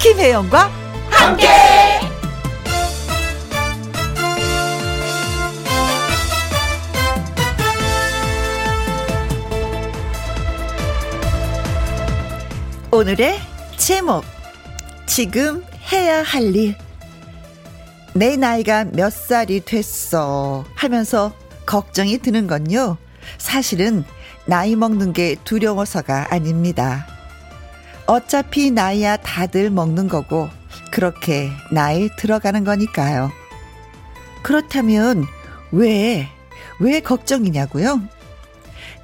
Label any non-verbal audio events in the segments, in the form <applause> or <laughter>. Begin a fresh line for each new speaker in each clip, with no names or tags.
김혜영과 함께. 오늘의 제목 지금 해야 할 일. 내 나이가 몇 살이 됐어 하면서 걱정이 드는 건요. 사실은 나이 먹는 게 두려워서가 아닙니다. 어차피 나이야 다들 먹는 거고, 그렇게 나이 들어가는 거니까요. 그렇다면, 왜, 왜 걱정이냐고요?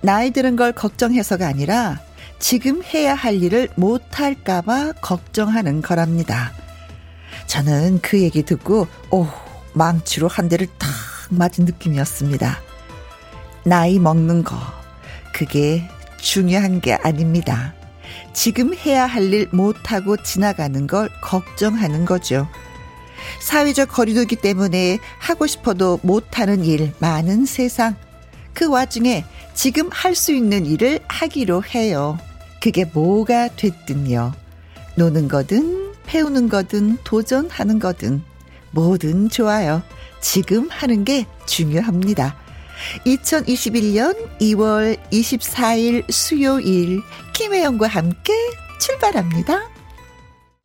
나이 드는 걸 걱정해서가 아니라, 지금 해야 할 일을 못할까봐 걱정하는 거랍니다. 저는 그 얘기 듣고, 오, 망치로 한 대를 탁 맞은 느낌이었습니다. 나이 먹는 거, 그게 중요한 게 아닙니다. 지금 해야 할 일 못하고 지나가는 걸 걱정하는 거죠. 사회적 거리두기 때문에 하고 싶어도 못하는 일 많은 세상. 그 와중에 지금 할 수 있는 일을 하기로 해요. 그게 뭐가 됐든요. 노는 거든, 배우는 거든, 도전하는 거든, 뭐든 좋아요. 지금 하는 게 중요합니다. 2021년 2월 24일 수요일 김혜영과 함께 출발합니다.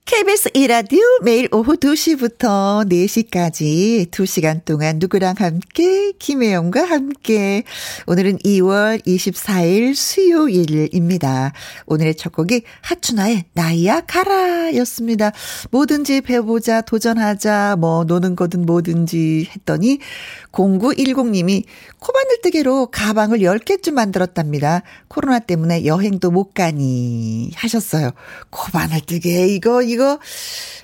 KBS 이라디오 매일 오후 2시부터 4시까지 2시간 동안 누구랑 함께 김혜영과 함께 오늘은 2월 24일 수요일입니다. 오늘의 첫 곡이 하춘아의 나이야 가라 였습니다. 뭐든지 배워보자 도전하자 뭐 노는 거든 뭐든지 했더니 0910님이 코바늘뜨개로 가방을 10개쯤 만들었답니다. 코로나 때문에 여행도 못 가니 하셨어요. 코바늘뜨개 이거 이거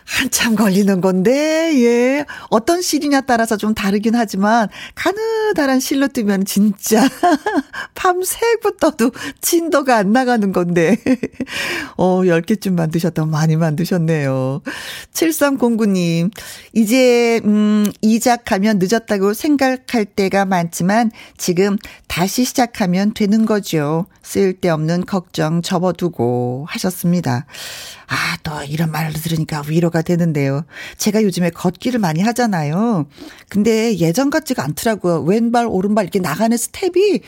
한참 걸리는 건데 예 어떤 실이냐 따라서 좀 다르긴 하지만 가느다란 실로 뜨면 진짜 <laughs> 밤새부터도 진도가 안 나가는 건데 <laughs> 어 10개쯤 만드셨던 많이 만드셨네요. 7309님 이제 음 이작하면 늦었다고 생각할 때가 많지만 지금 다시 시작하면 되는 거죠. 쓸데없는 걱정 접어두고 하셨습니다. 아, 또 이런 말을 들으니까 위로가 되는데요. 제가 요즘에 걷기를 많이 하잖아요. 근데 예전 같지가 않더라고요. 왼발, 오른발 이렇게 나가는 스텝이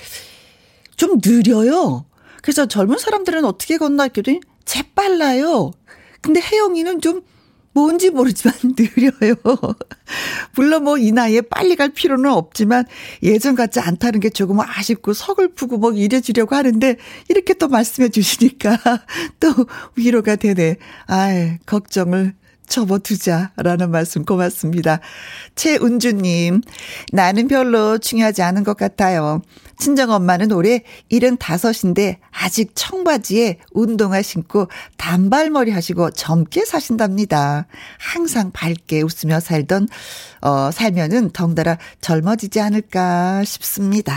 좀 느려요. 그래서 젊은 사람들은 어떻게 걷나 했더니 재빨라요. 근데 혜영이는 좀 뭔지 모르지만 <laughs> 느려요. 물론 뭐 이 나이에 빨리 갈 필요는 없지만 예전 같지 않다는 게 조금 아쉽고 서글프고 뭐 이래주려고 하는데 이렇게 또 말씀해 주시니까 <laughs> 또 위로가 되네. 아이, 걱정을 접어두자라는 말씀 고맙습니다. 최은주님, 나는 별로 중요하지 않은 것 같아요. 친정엄마는 올해 75인데 아직 청바지에 운동화 신고 단발머리 하시고 젊게 사신답니다. 항상 밝게 웃으며 살던, 어, 살면은 덩달아 젊어지지 않을까 싶습니다.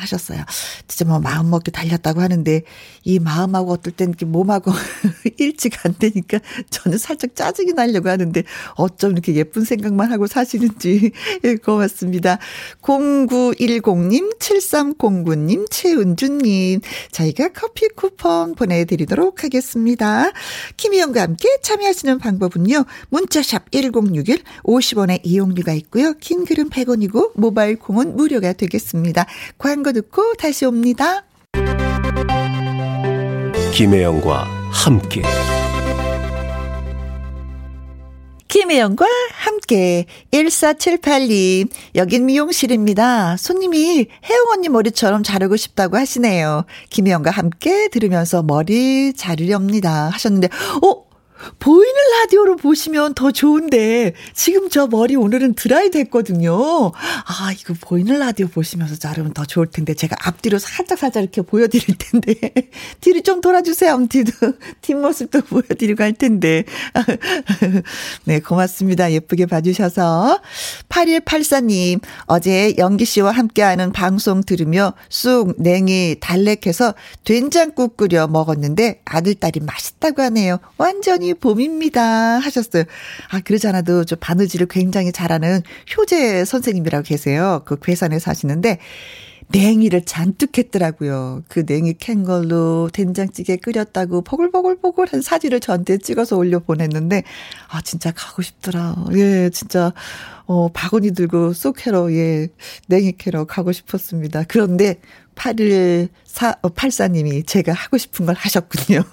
하셨어요. 진짜 뭐 마음 먹게 달렸다고 하는데 이 마음하고 어떨 땐 이렇게 몸하고 <laughs> 일치가 안 되니까 저는 살짝 짜증이 날 하려고 하는데 어쩜 이렇게 예쁜 생각만 하고 사시는지 <laughs> 예, 고맙습니다. 0910님, 7309님, 최은주님 저희가 커피 쿠폰 보내드리도록 하겠습니다. 김희영과 함께 참여하시는 방법은요. 문자샵 1061 50원의 이용료가 있고요. 긴 글은 100원이고 모바일 콩은 무료가 되겠습니다. 광고 듣고 다시 옵니다.
김혜영과 함께
김혜영과 함께 1478님 여긴 미용실입니다. 손님이 혜영 언니 머리처럼 자르고 싶다고 하시네요. 김혜영과 함께 들으면서 머리 자르렵니다 하셨는데 어 보이는 라디오로 보시면 더 좋은데 지금 저 머리 오늘은 드라이 됐거든요. 아 이거 보이는 라디오 보시면서 자르면 더 좋을 텐데 제가 앞뒤로 살짝 살짝 이렇게 보여드릴 텐데 뒤를 좀 돌아주세요. 뒤도 <laughs> 뒷모습도 보여드리고 할 텐데 <laughs> 네 고맙습니다. 예쁘게 봐주셔서 8184님 어제 영기 씨와 함께하는 방송 들으며 쑥 냉이 달래해서 된장국 끓여 먹었는데 아들 딸이 맛있다고 하네요. 완전히 봄입니다. 하셨어요. 아, 그러지 않아도 저 바느질을 굉장히 잘하는 효재 선생님이라고 계세요. 그 괴산에 사시는데, 냉이를 잔뜩 했더라고요. 그 냉이 캔 걸로 된장찌개 끓였다고 보글보글보글한 사진을 저한테 찍어서 올려 보냈는데 아 진짜 가고 싶더라. 예, 진짜 어 바구니 들고 쏙해로 예 냉이 캐러 가고 싶었습니다. 그런데 8일 4 어, 84님이 제가 하고 싶은 걸 하셨군요. <laughs>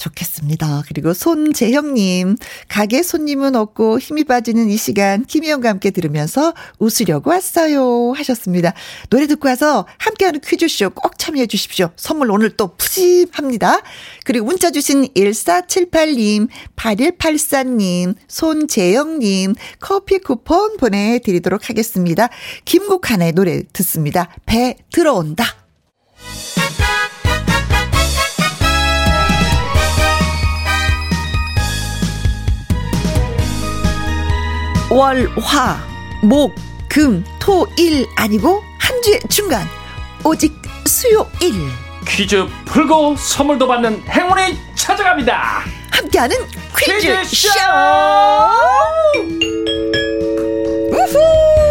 좋겠습니다. 그리고 손재형님, 가게 손님은 없고 힘이 빠지는 이 시간 김희영과 함께 들으면서 웃으려고 왔어요 하셨습니다. 노래 듣고 와서 함께하는 퀴즈쇼 꼭 참여해 주십시오. 선물 오늘 또 푸짐합니다. 그리고 문자 주신 1478님, 8184님, 손재영님 커피 쿠폰 보내드리도록 하겠습니다. 김국환의 노래 듣습니다. 배 들어온다. 월, 화, 목, 금, 토, 일 아니고 한 주의 중간 오직 수요일
퀴즈 풀고 선물도 받는 행운이 찾아갑니다.
함께하는 퀴즈
퀴즈쇼!
쇼. 우후!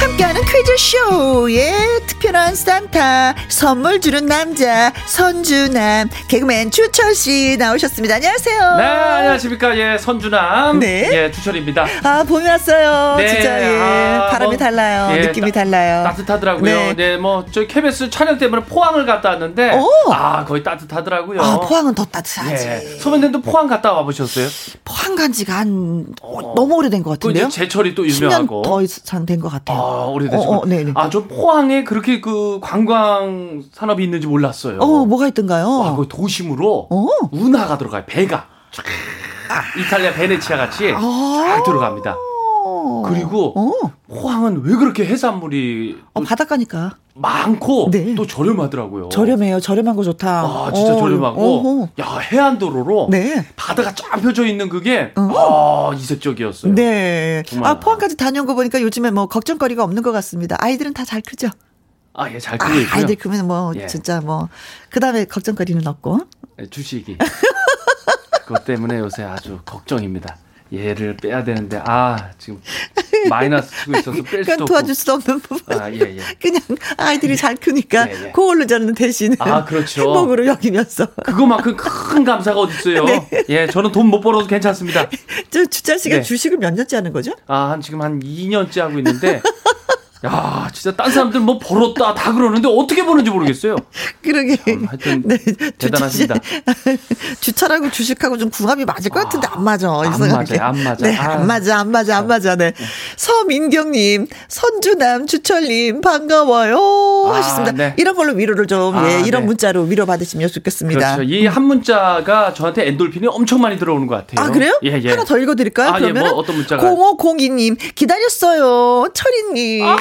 함께하는 퀴즈쇼의 특별한 산타 선물 주는 남자 선주남 개그맨 주철 씨 나오셨습니다. 안녕하세요.
네, 안녕하십니까. 예, 선주남.
네.
예, 주철입니다.
아 봄이 왔어요.
네,
진짜 예.
아,
바람이
뭐,
달라요.
예,
느낌이
따-
달라요.
따뜻하더라고요.
네.
네, 뭐, 저희 KBS 촬영 때문에 포항을 갔다 왔는데,
오!
아, 거의 따뜻하더라고요.
아 포항은 더 따뜻하지.
예. 소민님도 포항 갔다 와보셨어요?
포항 간지가 한 어, 너무 오래된 것
그 이제
같은데요.
제철이 또
10년
유명하고.
더 이상 된 것 같아요.
아,
어,
오래되죠.
어, 네네.
아, 저 포항에 그렇게 그 관광 산업이 있는지 몰랐어요.
어, 뭐가 있던가요?
와, 거 도심으로
어?
운하가 들어가요. 배가. 촤악. 이탈리아 베네치아 같이
아.
쫙 들어갑니다. 그리고
어,
포항은 왜 그렇게 해산물이
어, 바닷가니까
많고
네.
또 저렴하더라고요.
저렴해요. 저렴한 거 좋다.
어. 아, 진짜
어,
저렴하고.
어허.
야, 해안도로로
네. 어?
바다가 쫙 펴져 있는 그게 아, 이색적이었어요.
네.
정말.
아, 포항까지 다녀온 거 보니까 요즘에 뭐 걱정거리가 없는 것 같습니다. 아이들은 다 잘 크죠?
아, 예, 잘
아,
크고 있고요.
아이들 크면 뭐,
예.
진짜 뭐, 그 다음에 걱정거리는 없고.
예, 주식이. 그것 때문에 요새 아주 걱정입니다. 얘를 빼야 되는데 아, 지금 마이너스 치고
그건
있어서 뺄 수도 없고.
그러니까 도와줄 수 없는 부분. <laughs>
아, 예, 예.
그냥 아이들이 잘 크니까
예, 예.
그걸로 저는 대신
아, 그렇죠.
행복으로
<laughs>
여기면서
그거만큼 큰 감사가 어딨어요.
네.
예, 저는 돈 못 벌어도 괜찮습니다.
저 주찬 씨가
네.
주식을 몇 년째 하는 거죠? <laughs>
아, 한 지금 한 2년째 하고 있는데 야, 진짜 딴 사람들 뭐 벌었다 다 그러는데 어떻게 버는지 모르겠어요.
그러게.
음, 하여튼
주찬
대단하십니다.
씨, <laughs> 주철하고 주식하고 좀 궁합이 맞을 것 같은데 안 맞아.
안
이상하게.
맞아요, 안 맞아요.
네,
아.
안 맞아, 안 맞아, 안 맞아. 네. 서민경님, 선주남 주철님 반가워요
아,
하셨습니다.
네.
이런 걸로 위로를 좀
아,
예, 이런
네.
문자로 위로 받으시면 좋겠습니다.
그렇죠. 이 한 문자가 저한테 엔돌핀이 엄청 많이 들어오는 것 같아요.
아 그래요?
예, 예.
하나 더 읽어드릴까요?
아, 예,
그러면
뭐 어떤 문자가?
0502님 기다렸어요, 철이님.
아,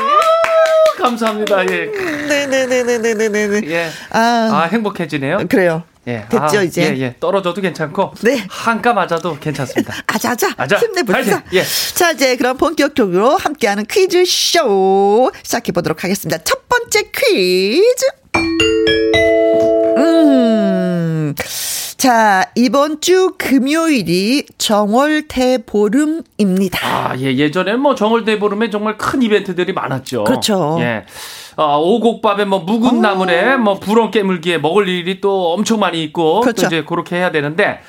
감사합니다. 예.
네네네네네네네.
예.
음. 아,
아, 행복해지네요.
그래요.
예.
됐죠,
아,
이제?
예, 예. 떨어져도 괜찮고.
네.
한가 맞아도 괜찮습니다.
아자아자
아자.
힘내봅시다.
파이팅. 예.
자 이제 그럼 본격적으로 함께하는 퀴즈 쇼 시작해 보도록 하겠습니다. 첫 번째 퀴즈. 음. 자 이번 주 금요일이 정월대 보름입니다.
아, 예, 예전에 뭐 정월대보름에 정말 큰 이벤트들이 많았죠.
그렇죠. 어.
예. 아, 오곡밥에 뭐 묵은 나물에 뭐 부렁 깨물기에 먹을 일이 또 엄청 많이 있고
그렇죠.
또 이제 그렇게 해야 되는데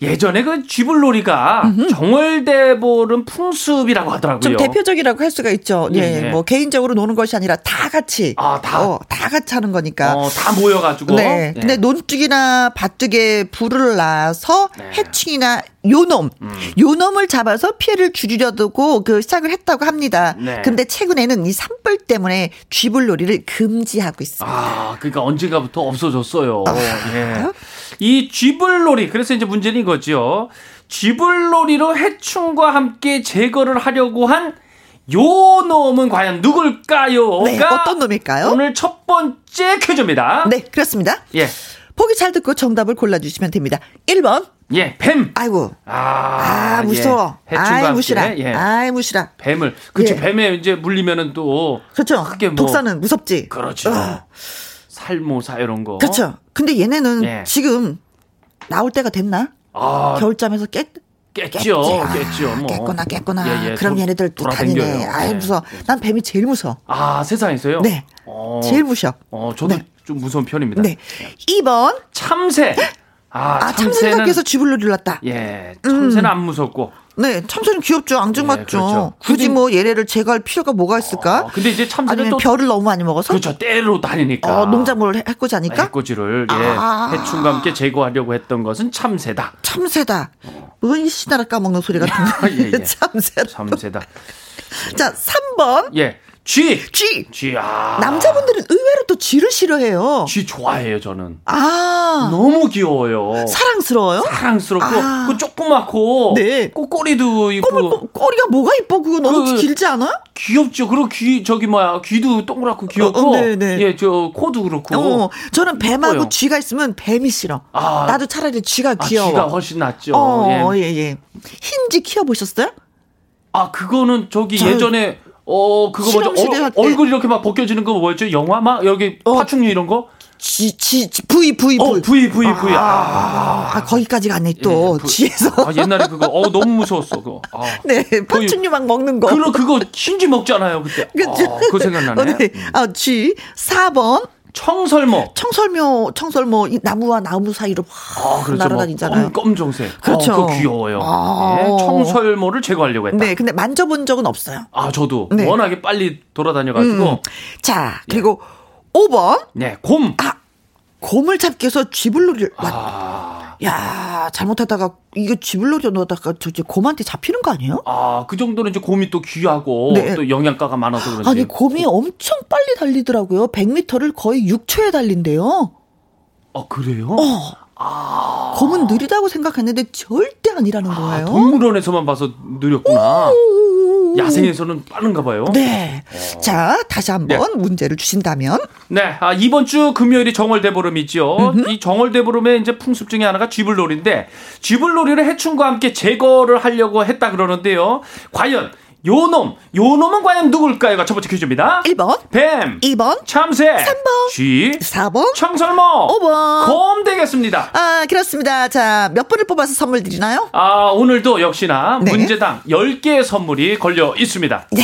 예전에 그 쥐불놀이가 정월대보름 풍습이라고 하더라고요.
좀 대표적이라고 할 수가 있죠.
예,
네,
예.
뭐 개인적으로 노는 것이 아니라 다 같이,
아, 다.
어, 다 같이 하는 거니까.
어, 다 모여가지고.
네.
예.
근데 논둑이나 밭둑에 불을 놔서
네.
해충이나 요놈,
음.
요놈을 잡아서 피해를 줄이려고 그 시작을 했다고 합니다.
네.
근데 최근에는 이 산불 때문에 쥐불놀이를 금지하고 있습니다.
아, 그러니까 언젠가부터 없어졌어요.
아.
예.
그래요?
이 쥐불놀이 그래서 이제 문제는 이거죠. 쥐불놀이로 해충과 함께 제거를 하려고 한 요 놈은 과연 누굴까요?가
네, 어떤 놈일까요?
오늘 첫 번째 퀴즈입니다.
네, 그렇습니다.
예,
보기 잘 듣고 정답을 골라주시면 됩니다. 1번,
예, 뱀.
아이고,
아,
아, 무서워.
예. 해충과
아이,
함께,
무시라.
예.
아이, 무시라.
뱀을. 그치,
예.
뱀에 이제 물리면은 또.
그렇죠.
크게 뭐-
독사는 무섭지.
그렇죠.
어,
살모사 이런 거.
그렇죠. 근데 얘네는
예.
지금 나올 때가 됐나?
아,
겨울잠에서 깨
깼죠.
아,
깼죠. 뭐.
깼구나, 깼구나.
예, 예.
그럼
돌-
얘네들 또 다니네.
돌아댕겨요.
아이,
예.
무서워. 난 뱀이 제일 무서워.
아, 세상에서요?
네.
어,
제일 무서워.
어, 저도
네.
좀 무서운 편입니다.
네. 2번.
참새.
아,
아,
음. 참새는
참새는
밖에서 집을 눌렀다.
예, 참새는 안 무섭고.
네, 참새는 귀엽죠. 앙증맞죠.
예, 그렇죠.
굳이
굳이-
뭐 얘네를 제거할 필요가 뭐가 있을까?
어, 근데 이제 참새는
아니면
또
별을 너무 많이 먹어서
그렇죠. 때로 다니니까.
어, 농작물을 해- 해코지하니까
해코지를 예,
아.
해충과 함께 제거하려고 했던 것은 참새다.
참새다. 뭔 시나라 까먹는 소리 같은
어. <laughs> 예,
<laughs>
예.
참새다.
참새다.
자, 3번.
예. 쥐.
쥐.
쥐. 아.
남자분들은 의외로 또 쥐를 싫어해요.
쥐 좋아해요, 저는.
아.
너무 귀여워요.
사랑스러워요?
사랑스럽고
아.
그 조그맣고
네.
그 꼬리도 있고
꼬물, 꼬- 꼬리가 뭐가 이뻐? 그거 너무
그-
길지 않아?
귀엽죠. 그리고 귀 저기 뭐야 귀도 동그랗고 귀엽고
어, 어, 네, 네.
예 저 코도 그렇고
어, 저는 뱀하고
이뻐요.
쥐가 있으면 뱀이 싫어.
아.
나도 차라리 쥐가
아,
귀여워.
귀가 훨씬 낫죠.
어,
예.
예, 예. 흰쥐 키워보셨어요?
아 그거는 저기
저-
예전에 어 그거 뭐죠?
실험실에
어,
할 때-
얼굴 이렇게 막 벗겨지는 거 뭐였죠? 영화 막 여기
어.
파충류 이런 거?
쥐, 쥐, 쥐, 부이, 부이,
어
부이.
부이 부이 부이. 아,
아, 거기까지 가네,
예,
또.
부-
쥐에서. <laughs>
아, 옛날에 그거 어 너무 무서웠어 그거. 아.
네,
부이.
파충류 막 먹는 거.
그러 그거 신지 먹잖아요 그때. 아, 그거 생각나네.
어, 네. 아, 쥐. 4번.
청설모.
청설모, 청설모, 이 나무와 나무 사이로
아,
확
그렇죠.
날아다니잖아요.
뭐 검, 검정색.
그렇죠.
어, 그거 귀여워요.
아.
예, 청설모를 제거하려고 했다.
네, 근데 만져본 적은 없어요.
아, 저도
네. 음.
워낙에 빨리 돌아다녀가지고.
자, 그리고 5번.
네, 곰.
아, 곰을 잡기 위해서 쥐불놀이를. 왔-
아,
야, 잘못하다가, 이거 쥐불놀이 넣다가 저기 곰한테 잡히는 거 아니에요?
아, 그 정도는 이제 곰이 또 귀하고
네.
또 영양가가 많아서 그런지.
아니, 곰이 엄청 빨리 달리더라고요. 100m를 거의 6초에 달린대요. 어.
아, 그래요?
곰은 느리다고 생각했는데 절대 아니라는
아,
거예요. 음.
동물원에서만 봐서 느렸구나. 야생에서는 빠른가 봐요.
네. 자, 다시 한번 문제를 주신다면.
네, 아, 이번 주 금요일이 정월대보름이죠. 이 정월대보름의 이제 풍습 중에 하나가 쥐불놀이인데, 쥐불놀이를 해충과 함께 제거를 하려고 했다 그러는데요. 과연, 요 놈, 요 놈은 과연 누굴까요?가 첫 번째 퀴즈입니다.
1번,
뱀,
2번,
참새,
번.
쥐,
4번,
청설모,
번.
곰 되겠습니다.
아, 그렇습니다. 자, 몇 분을 뽑아서 선물 드리나요?
아, 오늘도 역시나
네.
문제당 10개의 선물이 걸려 있습니다.
네.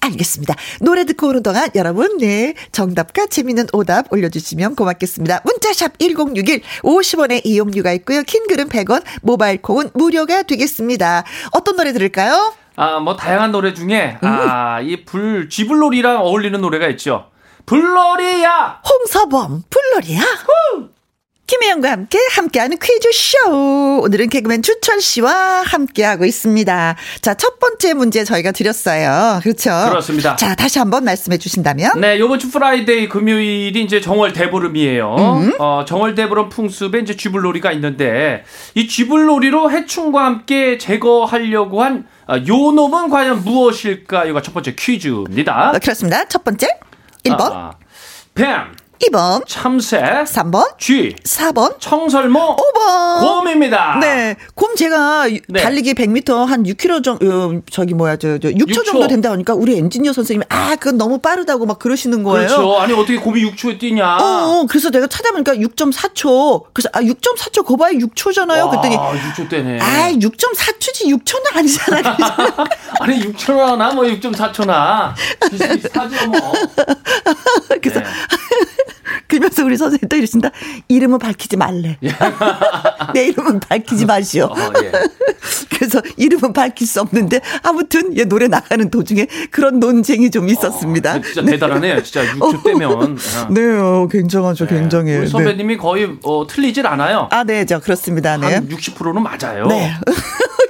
알겠습니다. 노래 듣고 오는 동안 여러분, 네. 정답과 재밌는 오답 올려주시면 고맙겠습니다. 문자샵 1061, 50원의 이용료가 있고요. 킹글은 100원, 모바일 콩은 무료가 되겠습니다. 어떤 노래 들을까요?
아, 뭐 다양한 노래 중에 아, 이 불, 쥐불놀이랑 어울리는 노래가 있죠. 불놀이야!
홍서범, 불놀이야. 김혜영과 함께 함께하는 퀴즈쇼. 오늘은 개그맨 주철 씨와 함께하고 있습니다. 자, 첫 번째 문제 저희가 드렸어요. 그렇죠?
그렇습니다.
자, 다시 한번 말씀해 주신다면.
네, 요번 주 프라이데이 금요일이 이제 정월 대보름이에요.
음.
어, 정월 대보름 풍습에 이제 쥐불놀이가 있는데 이 쥐불놀이로 해충과 함께 제거하려고 한 아, 요놈은 과연 무엇일까? 이거 첫 번째 퀴즈입니다.
어, 그렇습니다. 첫 번째. 1번,
아, 뱀,
2번,
참새,
3번,
쥐,
4번,
청설모,
5번.
곰입니다.
어, 네. 곰 제가
아. 네.
달리기 100m 한 6km 정도, 어, 저기 뭐야, 저, 저 6초,
육 초.
정도 된다 하니까 우리 엔지니어 선생님이 아, 그건 너무 빠르다고 막 그러시는 거예요.
그렇죠. 아. 아니 어떻게 곰이 6초에 뛰냐?
어, 어, 그래서 내가 찾아보니까 6.4초. 그래서 아, 6.4초 거봐야 6초잖아요.
와,
그랬더니
6초 때네.
아, 6.4초지 6초는 아니잖아. 그래서
아니 6초나 뭐 6.4초나 비슷비슷하죠 뭐.
<laughs> 그래서
네.
<laughs> 그러면서 우리 선생님 또 이러신다. 이름은 밝히지 말래. 내 이름은 밝히지 마시오.
예. 어,
<laughs>
예.
그래서 이름은 밝힐 수 없는데 아무튼 얘 노래 나가는 도중에 그런 논쟁이 좀 있었습니다. 어.
아, 진짜 대단하네요. 진짜 6초 때면. 아.
네, 어, 굉장하죠, 굉장해.
우리
네.
선배님이 거의 어, 틀리질 않아요.
아, 네, 저 그렇습니다. 네. <laughs>
한 60%는 맞아요.
네.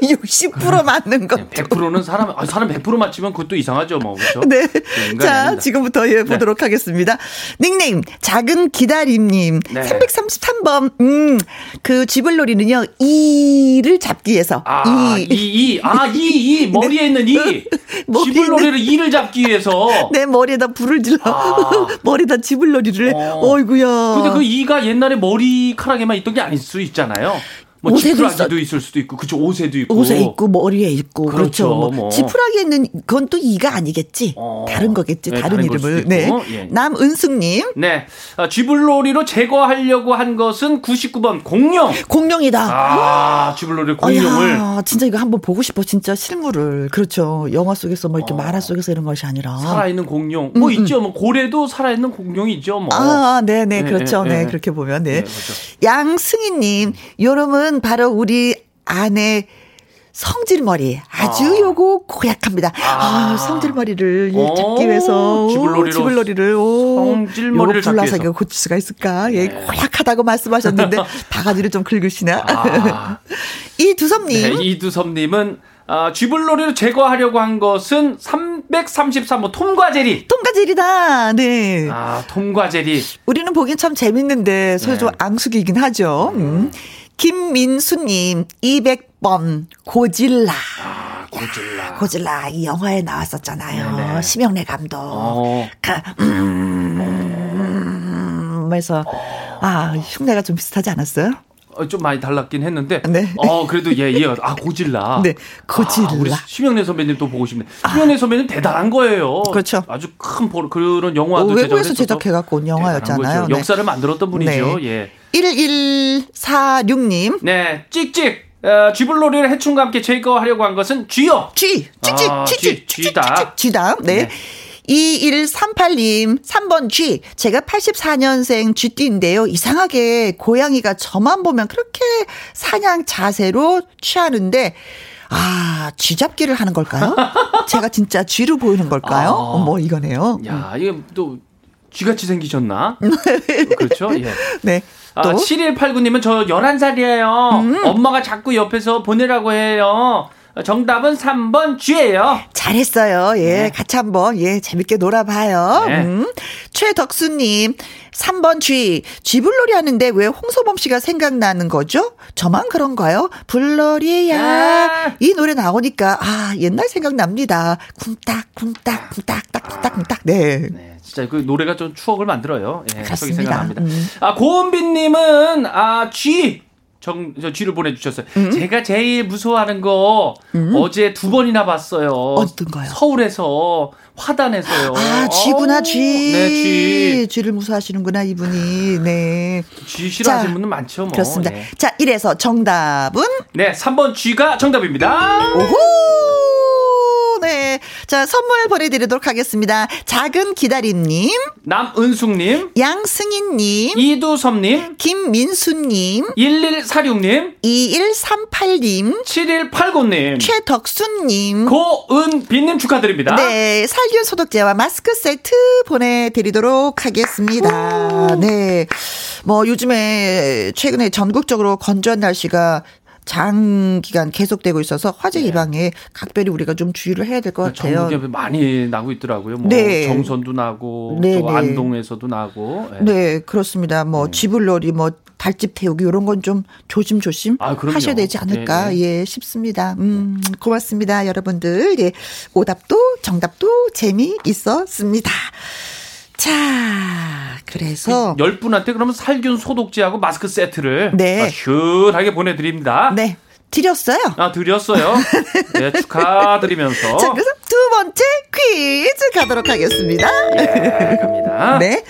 60% 맞는 것.
100%는 사람 아, 사람 100% 맞히면 그것도 이상하죠, 뭐. 그렇죠?
네.
인간이
자,
아닙니다. 네.
지금부터 예, 보도록 하겠습니다. 닉네임, 작은 기다림님.
네.
333번, 음, 그 쥐불놀이는요, 이를 잡기 위해서.
아, 이,
<laughs> 이. 네.
이, 아, 이, 이, 머리에 있는 이.
<laughs> 머리에 네.
지불놀이를 이를 잡기 위해서.
내 머리에다 불을 질러.
아.
<laughs> 머리에다 쥐불놀이를 해.
어.
어이구야.
근데 그 이가 옛날에 머리카락에만 있던 게 아닐 수 있잖아요. 뭐
옷에도
지푸라기도 있을 수도 있고 그쵸 옷에도 있고
옷에 있고 머리에 있고
그렇죠,
그렇죠. 뭐.
뭐.
지푸라기는 그건 또 이가 아니겠지.
어.
다른 거겠지.
네,
다른,
다른 걸
이름을.
수도
네.
있고. 예.
남은숙님
네 아, 쥐불놀이로 제거하려고 한 것은 99번 공룡
공룡이다.
아 쥐불놀이 공룡을
어야, 진짜 이거 한번 보고 싶어. 진짜 실물을 그렇죠. 영화 속에서 뭐 이렇게
어.
만화 속에서 이런 것이 아니라.
살아있는 공룡 뭐 있죠 뭐 고래도 살아있는 공룡이죠 뭐
아, 네네,
네,
그렇죠.
네,
네,
네.
그렇게 보면, 네.
네, 그렇죠.
양승희님, 여름은 바로 우리 아내 성질머리. 아주
아.
요거 고약합니다. 아,
아.
성질머리를
오,
찾기 위해서.
지불놀이로
지불놀이를. 오,
성질머리를
요거
찾기
골라서
위해서. 네.
이거 고칠 수가 있을까? 예, 고약하다고
<laughs>
말씀하셨는데, 바가지를 좀 긁으시나?
아. 네,
<laughs> 이두섭님.
이두섭님은 아, 쥐불놀이로 제거하려고 한 것은 333호 톰과 제리
통과질이다. 네.
아 톰과 제리
우리는 보긴 참 재밌는데 소위 좀
네.
앙숙이긴 하죠. 음. 김민수님 200번 고질라
아 고질라
고질라 이 영화에 나왔었잖아요.
네네.
심영래 감독.
어.
가, 음, 그래서 아 흉내가 좀 비슷하지 않았어요?
어, 좀 많이 달랐긴 했는데.
네.
어, 그래도 예, 예. 아, 고질라.
네, 고질라.
아, 우리 심영래 선배님 또 보고 싶네. 심영래 선배님 대단한 거예요.
그렇죠.
아주 큰 보, 그런
어,
영화도
외국에서
제작을 했어서
제작해갖고 온
대단한
영화였잖아요.
거죠.
네.
역사를 만들었던 분이죠. 예.
1146님
네, 찍찍. 어, 쥐불놀이를 해충과 함께 제거하려고 한 것은 쥐요.
쥐, 쥐쥐,
아,
쥐쥐,
쥐, 쥐다.
쥐쥐, 쥐다. 네.
네.
2138님, 3번 쥐. 제가 84년생 쥐띠인데요. 이상하게 고양이가 저만 보면 그렇게 사냥 자세로 취하는데, 아, 쥐 잡기를 하는 걸까요? 제가 진짜 쥐로 보이는 걸까요?
아.
어, 뭐, 이거네요.
야, 이게 또
<laughs>
쥐같이 생기셨나? 그렇죠. 예.
네.
아,
또, 음.
7189님은 저 11살이에요. 엄마가 자꾸 옆에서 보내라고 해요. 정답은 3번 쥐예요.
잘했어요. 예,
네.
같이 한번 예 재밌게 놀아봐요.
네.
음. 최덕수님, 3번 쥐 쥐불놀이 하는데 왜 홍소범 씨가 생각나는 거죠? 저만 그런가요? 불놀이야
아.
이 노래 나오니까 아 옛날 생각납니다. 쿵딱 쿵딱 쿵딱 딱 쿵딱 쿵딱 네.
네, 진짜 그 노래가 좀 추억을 만들어요. 예, 갑자기
그렇습니다.
생각납니다.
음.
아 고은빈님은 아 쥐. 정, 저 쥐를 보내주셨어요.
음.
제가 제일 무서워하는 거 어제 두 번이나 봤어요.
어떤 거요?
서울에서 화단에서요.
아 쥐구나
어우,
쥐.
네, 쥐.
쥐를 무서워하시는구나 이분이. 네.
쥐 싫어하시는
자,
분은 많죠. 뭐.
그렇습니다.
예.
자 이래서 정답은
네, 3번 쥐가 정답입니다.
오호! 네. 자, 선물 보내드리도록 하겠습니다. 작은 기다림님,
남은숙님,
양승인님,
이두섭님,
김민수님,
1146님,
2138님,
7189님,
최덕수님,
고은빈님 축하드립니다.
네, 살균 소독제와 마스크 세트 보내드리도록 하겠습니다. 네. 뭐, 요즘에 최근에 전국적으로 건조한 날씨가 장기간 계속되고 있어서 화재 예방에 각별히 우리가 좀 주의를 해야 될 것 같아요.
네. 그러니까 그 전국에 많이 나고 있더라고요. 뭐
어, 네.
정선도 나고
네,
또
네.
안동에서도 나고. 예.
네, 그렇습니다.
음.
뭐 지불놀이, 뭐 달집 태우기 이런 건 좀 조심조심
아, 그럼요.
하셔야 되지 않을까
네,
예 싶습니다. 음, 고맙습니다, 여러분들. 예, 오답도 정답도 재미 있었습니다. 자, 그래서
열 분한테 그러면 살균 소독제하고 마스크 세트를
네.
아, 시원하게 보내드립니다.
네 드렸어요.
아 드렸어요.
<laughs>
네, 축하드리면서
자, 그래서 두 번째 퀴즈 가도록 하겠습니다.
네, 갑니다.
<laughs> 네,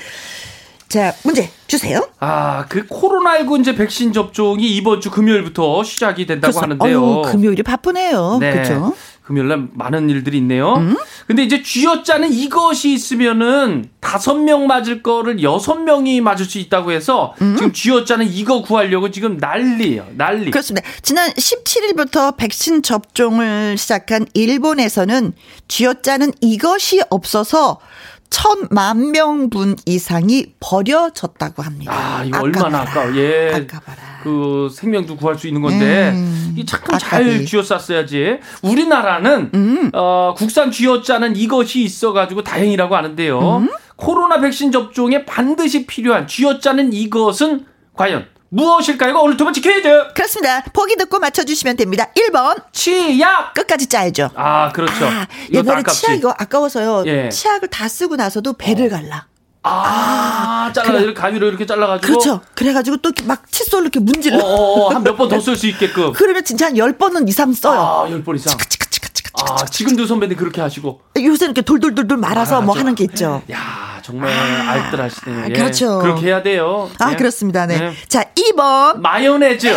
자 문제 주세요.
아, 그 코로나19 이제 백신 접종이 이번 주 금요일부터 시작이 된다고
그래서,
하는데요.
어휴, 금요일이 바쁘네요. 그렇죠?
금요일날 많은 일들이 있네요.
음?
근데 이제 쥐어짜는 이것이 있으면은 다섯 명 맞을 거를 여섯 명이 맞을 수 있다고 해서
음?
지금 쥐어짜는 이거 구하려고 지금 난리예요. 난리.
그렇습니다. 지난 17일부터 백신 접종을 시작한 일본에서는 쥐어짜는 이것이 없어서 천만 명분 이상이 버려졌다고 합니다.
아, 이거 얼마나 아까워. 예.
아까봐라.
그 생명도 구할 수 있는 건데
음,
이 잠깐
아깝이.
잘 쥐어쌌어야지. 우리나라는
음.
어, 국산 쥐어짜는 이것이 있어가지고 다행이라고 하는데요.
음?
코로나 백신 접종에 반드시 필요한 쥐어짜는 이것은 과연 무엇일까요? 오늘 두 번째 퀴즈
그렇습니다. 보기 듣고 맞춰주시면 됩니다. 1번
치약.
끝까지 짜야죠.
아 그렇죠.
아,
이것도
옛날에
아깝지.
치약 이거 아까워서요.
예.
치약을 다 쓰고 나서도 배를 갈라.
아, 잘라 이렇게 가위로 이렇게 잘라가지고.
그렇죠. 그래가지고 또 막 칫솔로 이렇게 문질러.
어, 한 몇 번 더 쓸 수 있게끔.
그러면 진짜 한 10번은 이상 써요.
아, 열 번 이상.
치카치카치카치카.
아, 지금도 선배님 그렇게 하시고.
요새는 이렇게 돌돌돌돌 말아서 뭐
말아줘. 네.
하는 게 있죠.
야, 정말 알뜰하시네요. 예.
아, 그렇죠.
그렇게 해야 돼요.
아,
예.
그렇습니다. 네.
네.
자, 2번.
마요네즈.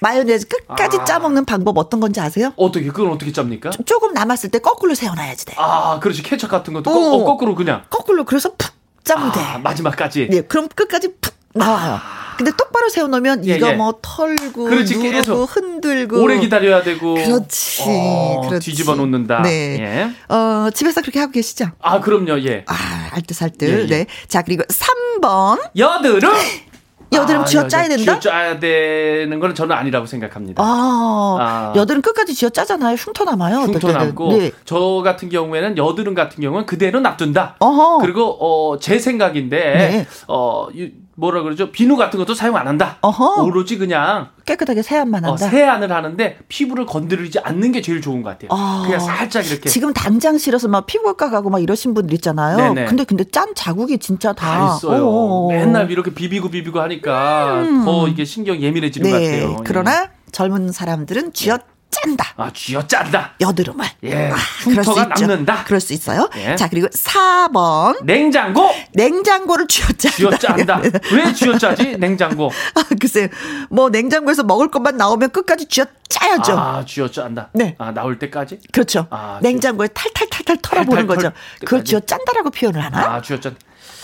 마요네즈 끝까지
아.
짜먹는 방법 어떤 건지 아세요?
어떻게, 그건 어떻게 짭니까?
조금 남았을 때 거꾸로 세워놔야지 돼.
아, 그렇지. 케첩 같은 것도
어.
거, 꾸로 그냥.
거꾸로 그래서 푹 짜면 돼.
아, 마지막까지.
예, 그럼 끝까지 푹 나와요. 근데 똑바로 세워놓으면
예,
이거
예.
뭐 털고
그렇지,
누르고
계속.
흔들고
오래 기다려야 되고.
그렇지,
어,
그렇지.
뒤집어 놓는다.
네.
예.
어, 집에서 그렇게 하고 계시죠?
아, 그럼요. 예.
아,
예,
알뜰살뜰.
예.
네. 자, 그리고 3번.
여드름.
여드름
아,
쥐어
여-
짜야 된다?
쥐어 짜야 되는 건 저는 아니라고 생각합니다.
아,
아.
여드름 끝까지 쥐어 짜잖아요. 흉터 남아요. 어떨
흉터
때는.
남고
네.
저 같은 경우에는 여드름 같은 경우는 그대로 놔둔다.
어허.
그리고 어, 제 생각인데
네.
어 이- 뭐라 그러죠 비누 같은 것도 사용 안 한다.
어허.
오로지 그냥
깨끗하게 세안만
어,
한다.
세안을 하는데 피부를 건드리지 않는 게 제일 좋은 것 같아요.
아.
그냥 살짝 이렇게
지금 당장 싫어서 막 피부과 가고 막 이러신 분들 있잖아요.
네네.
근데 근데 짠 자국이 진짜 다,
다 있어요.
어어어. 음.
맨날 이렇게 비비고 비비고 하니까 더 이게 신경
네.
예민해지는 것 같아요. 예.
그러나 젊은 사람들은 쥐어 짠다.
아 쥐어 짠다.
여드름을.
예,
아, 그럴 수
흉터가
있죠.
남는다.
그럴 수 있어요.
예.
자, 그리고 4번.
냉장고
냉장고를 쥐어 짠다. <laughs>
쥐어 짠다.
네,
왜 쥐어 짜지? 냉장고.
아, 글쎄. 뭐 냉장고에서 먹을 것만 나오면 끝까지 쥐어 짜야죠.
아 쥐어 짠다.
네.
아 나올 때까지.
그렇죠.
아,
냉장고에 탈탈탈탈 털어보는
탈탈
거죠.
털
그걸
때까지.
쥐어 짠다라고 표현을 하나?
아 쥐어 짠.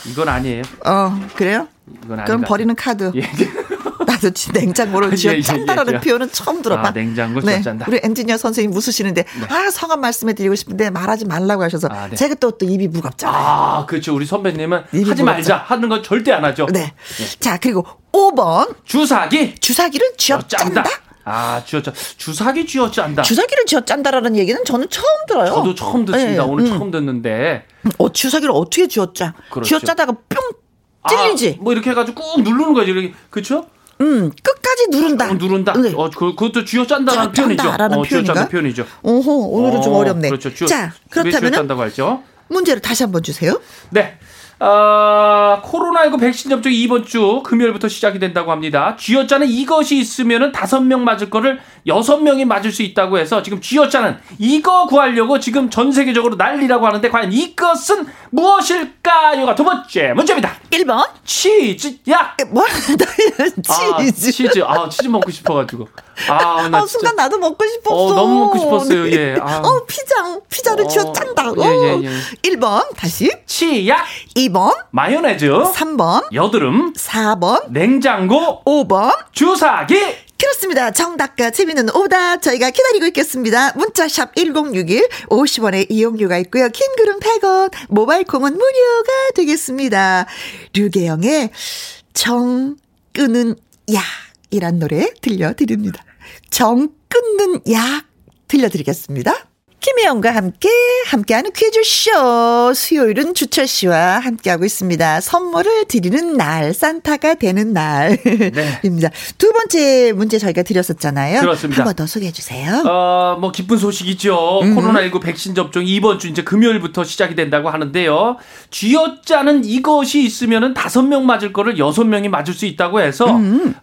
이건 아니에요.
어, 그래요?
이건 아닌
그럼
것 같아요.
버리는 카드.
예. <laughs>
나도 지- 냉장고를
예,
쥐어
예,
짠다라는
예, 예.
표현은 처음 들어봐.
아, 냉장고 쥐어
네,
짠다. 네.
우리 엔지니어 선생님 웃으시는데 아 성함 말씀해 드리고 싶은데 말하지 말라고 하셔서
아, 네.
제가 또 또 입이 무겁잖아요.
아, 그렇죠. 우리 선배님은
일이
하지
무겁죠.
말자 하는 건 절대 안 하죠.
네.
예.
자 그리고 5번
주사기
주사기를 쥐어 짠다.
짠다. 아, 쥐어 짠. 주사기 쥐어 짠다.
주사기를 쥐어 짠다라는 얘기는 저는 처음 들어요.
저도 처음 듣습니다.
예,
오늘
음.
처음 듣는데.
어, 주사기를 어떻게 쥐어 짜?
그렇죠.
쥐어 짜다가 뿅
아,
찔리지.
뭐 이렇게 해가지고 꾹 누르는 거지. 이렇게. 그쵸?
음 끝까지 누른다.
꾹 누른다.
네.
어, 그, 그것도 쥐어 짠다라는
쥐어
표현이죠.
짠다라는
어, 쥐어
표현인가?
짠다 표현이죠.
오호 오늘은 좀
어,
어렵네.
그렇죠. 쥐어,
자
쥐어
그렇다면
짠다고 알죠.
문제를 다시 한번 주세요.
네. 아, 코로나19 백신 접종이 이번 주 금요일부터 시작이 된다고 합니다. 쥐어짜는 이것이 있으면은 다섯 명 맞을 거를 여섯 명이 맞을 수 있다고 해서 지금 쥐어짜는 이거 구하려고 지금 전 세계적으로 난리라고 하는데 과연 이것은 무엇일까요가 두 번째 문제입니다.
1번
치즈 야.
뭐 <laughs> 치즈.
아, 치즈. 아, 치즈 먹고 싶어 가지고. 아, 나
아,
진짜.
순간 나도 먹고 싶었어.
어, 너무 먹고 싶었어요. 예, 아.
어, 피자. 피자를
어,
쥐어 짠다.
예, 예, 예.
1번, 다시.
치약,
2번,
마요네즈,
3번,
여드름,
4번,
냉장고,
5번.
주사기.
그렇습니다. 정답과 재미있는 오답 저희가 기다리고 있겠습니다. 문자샵 1061 50원의 이용료가 있고요. 킹그룹 100원, 모바일 콩은 무료가 되겠습니다. 류계영의 정 끊는 약 이란 노래 들려드립니다. 정 끊는 약 들려드리겠습니다. 김혜영과 함께 함께하는 퀴즈쇼 수요일은 주철 씨와 함께하고 있습니다. 선물을 드리는 날 산타가 되는 <laughs> 날입니다. 두 번째 문제 저희가 드렸었잖아요.
네. 그렇습니다.
한 번 더 소개해 주세요.
어, 뭐 기쁜 소식이죠. 코로나19 백신 접종이 이번 주 이제 금요일부터 시작이 된다고 하는데요. 쥐어짜는 이것이 있으면은 다섯 명 맞을 거를 여섯 명이 맞을 수 있다고 해서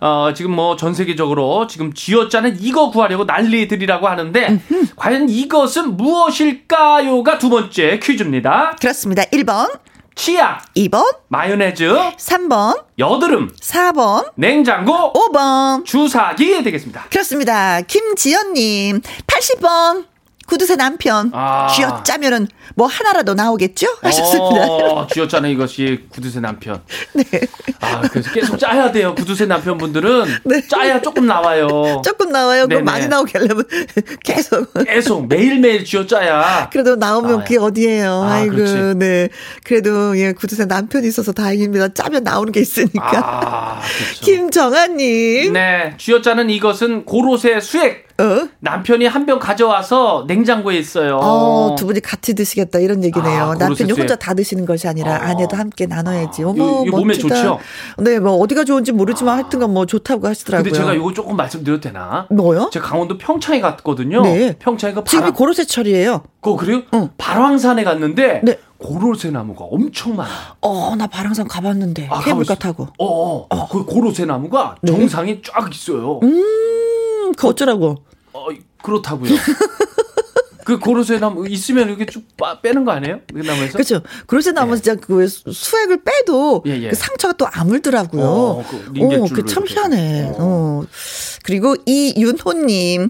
어, 지금 뭐 전 세계적으로 지금 쥐어짜는 이거 구하려고 난리들이라고 하는데 과연 이것은 무엇일까요가 두 번째 퀴즈입니다.
그렇습니다. 1번,
치약,
2번,
마요네즈,
3번,
여드름,
4번,
냉장고,
5번.
주사기 되겠습니다.
그렇습니다. 김지연님, 80번. 구두쇠 남편.
아.
쥐어짜면은 뭐 하나라도 나오겠죠? 하셨습니다.
어, 쥐어짜는 이것이 구두쇠 남편.
네.
아, 그래서 계속 짜야 돼요. 구두쇠 남편분들은 짜야 조금 나와요.
네. 조금 나와요. <laughs> 그럼
어? 네네.
많이 나오게 하려면 계속.
계속 매일매일 쥐어 짜야.
그래도 나오면
아,
그게 어디예요.
아,
아, 이고
그렇지.
네. 그래도 예, 구두쇠 남편이 있어서 다행입니다. 짜면 나오는 게 있으니까.
아, 그렇죠.
김정아님.
네, 쥐어 짜는 이것은 고로쇠 수액,
어?
남편이 한 병 가져와서 냉장고에 있어요.
어, 두 분이 같이 드시겠다 이런 얘기네요.
아,
남편이
고로세스에.
혼자 다 드시는 것이 아니라
어.
아내도 함께 나눠야지. 어머,
이거- 이거 몸에
멋지다.
좋죠? 아.
네, 뭐 어디가 좋은지 모르지만 하여튼간 뭐 좋다고 하시더라고요.
근데 제가 요거 조금 말씀드려도 되나?
뭐요?
제가 강원도 평창에 갔거든요.
네.
평창에
지금이
바람,
고로쇠철이에요.
그 그리고
응.
발왕산에 갔는데
네.
고로쇠 나무가 엄청 많아.
어, 나 바랑산 가봤는데
아,
케이블카
가보셨어요?
타고.
어, 어. 그 고로쇠 나무가
네.
정상에 쫙 있어요.
음, 그 어쩌라고?
어,
<laughs>
그렇다고요. 그 고로쇠 나무 있으면 이렇게 쭉 빠, 빼는 거 아니에요? 그 나무에서?
그렇죠. 그러지 나면 진짜 그 수- 수액을 빼도
예, 예.
그 상처가 또 아물더라고요.
어, 그 링겔줄로
그 참
이렇게.
희한해. 어.
어.
그리고 이윤호님,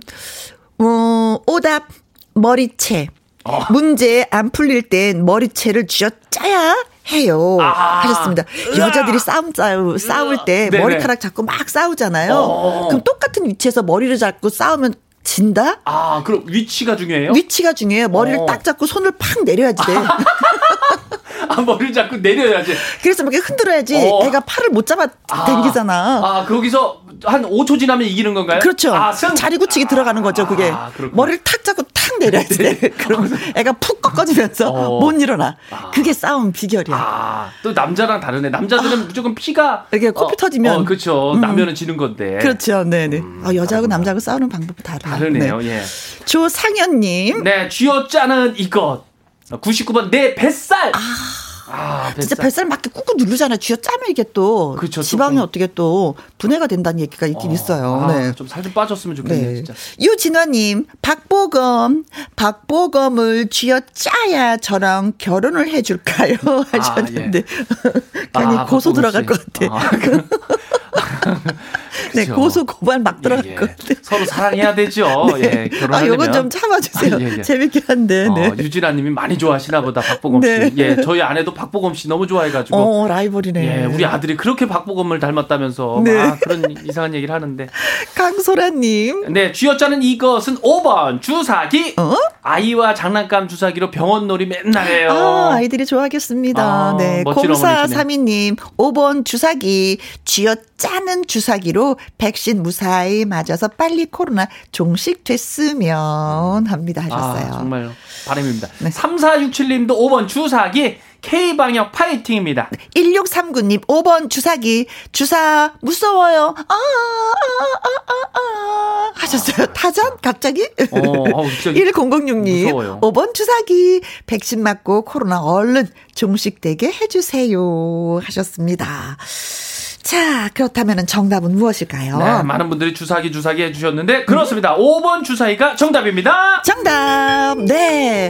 어, 오답 머리채.
어.
문제 안 풀릴 땐 머리채를 쥐어짜야 해요.
아.
하셨습니다. 여자들이 싸움 싸우, 싸울 때
네네.
머리카락 잡고 막 싸우잖아요.
어.
그럼 똑같은 위치에서 머리를 잡고 싸우면 진다?
아, 그럼 위치가 중요해요?
위치가 중요해요. 머리를
어.
딱 잡고 손을 팍 내려야지 돼.
<laughs> 아, 머리를 자꾸 내려야지.
그래서 막 이렇게 흔들어야지
어.
애가 팔을 못 잡아
아,
당기잖아.
아, 거기서 한 5초 지나면 이기는 건가요?
그렇죠.
아, 승.
자리 굳히기 들어가는 거죠, 그게.
아, 그렇구나.
머리를 탁 잡고 탁
<laughs>
내려야지. 돼. 그럼 <laughs> 애가 푹 꺾어지면서
어.
못 일어나. 그게 싸움 비결이야.
아, 또 남자랑 다르네. 남자들은 무조건 피가
아. 이렇게 코피 터지면. 음.
어, 그렇죠. 남면은 지는 건데.
그렇죠. 네네. 아, 여자하고
다르구나.
남자하고 싸우는 방법이 다르네.
음, 다르네요.
네.
예.
조상현님.
네, 쥐어짜는 이것. 99번 내 뱃살. 아, 뱃살.
진짜 뱃살 막 이렇게 꾹꾹 누르잖아요. 쥐어 짜면 이게 또
그렇죠,
지방이
조금.
어떻게 또 분해가 된다는 얘기가 있긴 있어요. 네.
아, 좀 살 좀 빠졌으면 좋겠네요,
네.
진짜.
유진화님, 박보검, 박보검을 쥐어 짜야 저랑 결혼을 해줄까요? <laughs> 하셨는데. <laughs> 괜히
예. 아,
고소
박보검
들어갈
씨.
것 같아. <laughs>
아, 그-
네,
그렇죠.
고소 고발 막 들어갈
예, 예.
것 같아.
서로
<laughs>
사랑해야 되죠. 예,
아,
결혼하려면.
요건 좀 참아주세요.
아, 예, 예.
재밌긴 한데, 네.
어, 유진아님이 많이 좋아하시나 보다 박보검 씨.
네.
예, 저희 아내도 박보검 씨 너무 좋아해가지고.
어, 라이벌이네.
예, 우리 아들이 그렇게 박보검을 닮았다면서
네.
막 그런 이상한 얘기를 하는데.
강소라님,
네, 쥐어짜는 이것은 5번 주사기.
어?
아이와 장난감 주사기로 병원놀이 맨날 해요.
아, 아이들이 좋아하겠습니다.
아,
네.
멋진
공사삼이님, 5번 주사기, 쥐어 짜는 주사기로 백신 무사히 맞아서 빨리 코로나 종식됐으면 합니다. 하셨어요.
아, 정말 바람입니다.
네.
3467님도 5번 주사기 K 방역 파이팅입니다.
네. 1639님, 5번 주사기, 주사, 무서워요. 아, 아, 아, 아, 아. 하셨어요. 타잔? 갑자기?
어, 어우, 갑자기
1006님,
무서워요.
5번 주사기, 백신 맞고 코로나 얼른 종식되게 해주세요. 하셨습니다. 자, 그렇다면 정답은 무엇일까요?
네, 많은 분들이 주사기 주사기 해주셨는데 그렇습니다. 5번 주사기가 정답입니다.
정답, 네.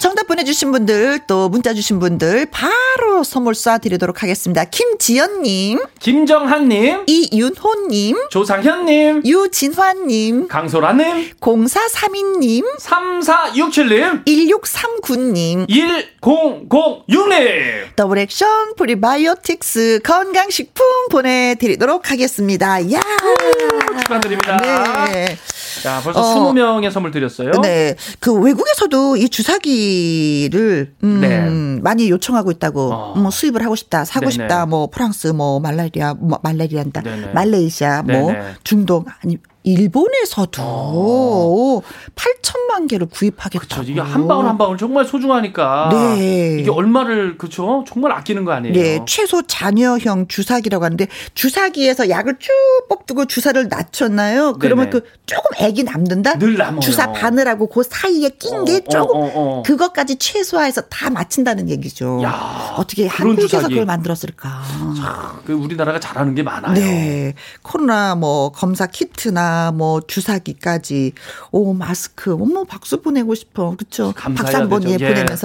정답 보내주신 분들, 또 문자 주신 분들, 바로 선물 쏴드리도록 하겠습니다. 김지연님,
김정한님,
이윤호님,
조상현님,
유진화님,
강소라님,
0432님,
3467님,
1639님,
1006님.
더블 액션 프리바이오틱스 건강식품 보내드리도록 하겠습니다. 야
축하드립니다.
아, 네.
자, 벌써
어.
20명의 선물 드렸어요.
네. 그 외국에서도 이 주사기를 음,
네.
많이 요청하고 있다고.
어.
뭐 수입을 하고 싶다. 사고
네네.
싶다. 뭐 프랑스 뭐 말라리아 뭐 말라리아다.
네네.
말레이시아 뭐
네네.
중동 아니 일본에서도 8천만 개를 구입하겠다고.
어. 그렇죠. 이게 한 방울 한 방울 정말 소중하니까
네.
이게 얼마를 그렇죠? 정말 아끼는 거 아니에요?
네, 최소 잔여형 주사기라고 하는데 주사기에서 약을 쭉 뽑두고 주사를 낮췄나요? 그러면
네네.
그 조금 액이 남는다.
늘 남아요.
주사 바늘하고 그 사이에 낀
어,
게
어,
조금
어, 어.
그것까지 최소화해서 다 맞춘다는 얘기죠.
야,
어떻게
그런
한국에서
주사기.
그걸 만들었을까?
그 우리나라가 잘하는 게 많아요.
네. 코로나 뭐 검사 키트나 뭐 주사기까지 오 마스크 어머 박수 보내고 싶어. 그렇죠?
감사해야
박수 한번 예,
되죠. 예.
보내면서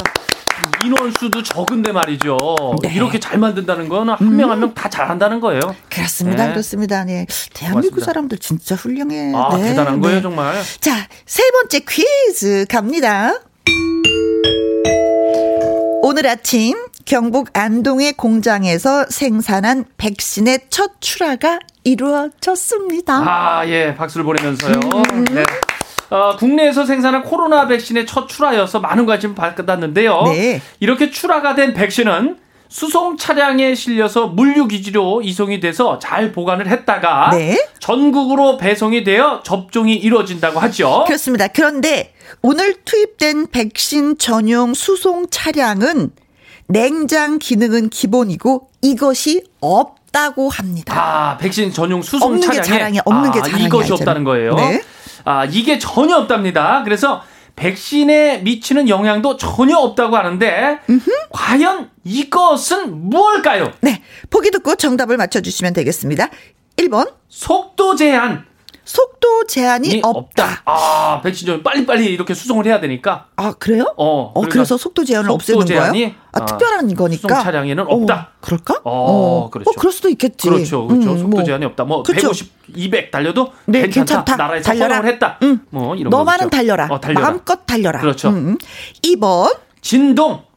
인원수도 적은데 말이죠.
네.
이렇게 잘 만든다는 건 한 명 한 명 다 잘한다는 거예요.
그렇습니다.
네.
그렇습니다. 네. 대한민국
고맙습니다.
사람들 진짜 훌륭해.
아,
네.
대단한
네.
거예요, 정말.
자, 세 번째 퀴즈 갑니다. 오늘 아침 경북 안동의 공장에서 생산한 백신의 첫 출하가 이루어졌습니다.
아, 예, 박수를 보내면서요.
음.
네. 어, 국내에서 생산한 코로나 백신의 첫 출하여서 많은 관심을 받았는데요.
네.
이렇게 출하가 된 백신은 수송 차량에 실려서 물류 기지로 이송이 돼서 잘 보관을 했다가
네.
전국으로 배송이 되어 접종이 이루어진다고 하죠.
그렇습니다. 그런데 오늘 투입된 백신 전용 수송 차량은 냉장 기능은 기본이고 이것이 없다고 합니다.
아, 백신 전용 수송
없는 게
차량에
자랑이야. 없는 게
아,
자랑이야,
이것이
이제는.
없다는 거예요.
네.
아, 이게 전혀 없답니다. 그래서 백신에 미치는 영향도 전혀 없다고 하는데 과연 이것은 무엇일까요?
네. 보기 듣고 정답을 맞춰주시면 되겠습니다. 1번,
속도 제한
속도 제한이
이
없다.
없다. 아, 백신 좀 빨리빨리 이렇게 수송을 해야 되니까.
아, 그래요?
어,
어,
그러니까
그래서 속도 제한을
속도
없애는 거예요?
제한이,
아,
아,
특별한 거니까.
수송 차량에는 없다.
어, 그럴까?
어, 그렇죠.
어, 그럴 수도 있겠지.
그렇죠. 그렇죠.
음,
속도
뭐.
제한이 없다. 뭐
그렇죠.
150, 200 달려도
네,
괜찮다.
괜찮다.
나라에서
달려라.
허용을 했다.
음.
뭐 이런
너만은
거겠죠.
달려라.
어, 달려라.
마음껏 달려라.
그렇죠.
2번,
진동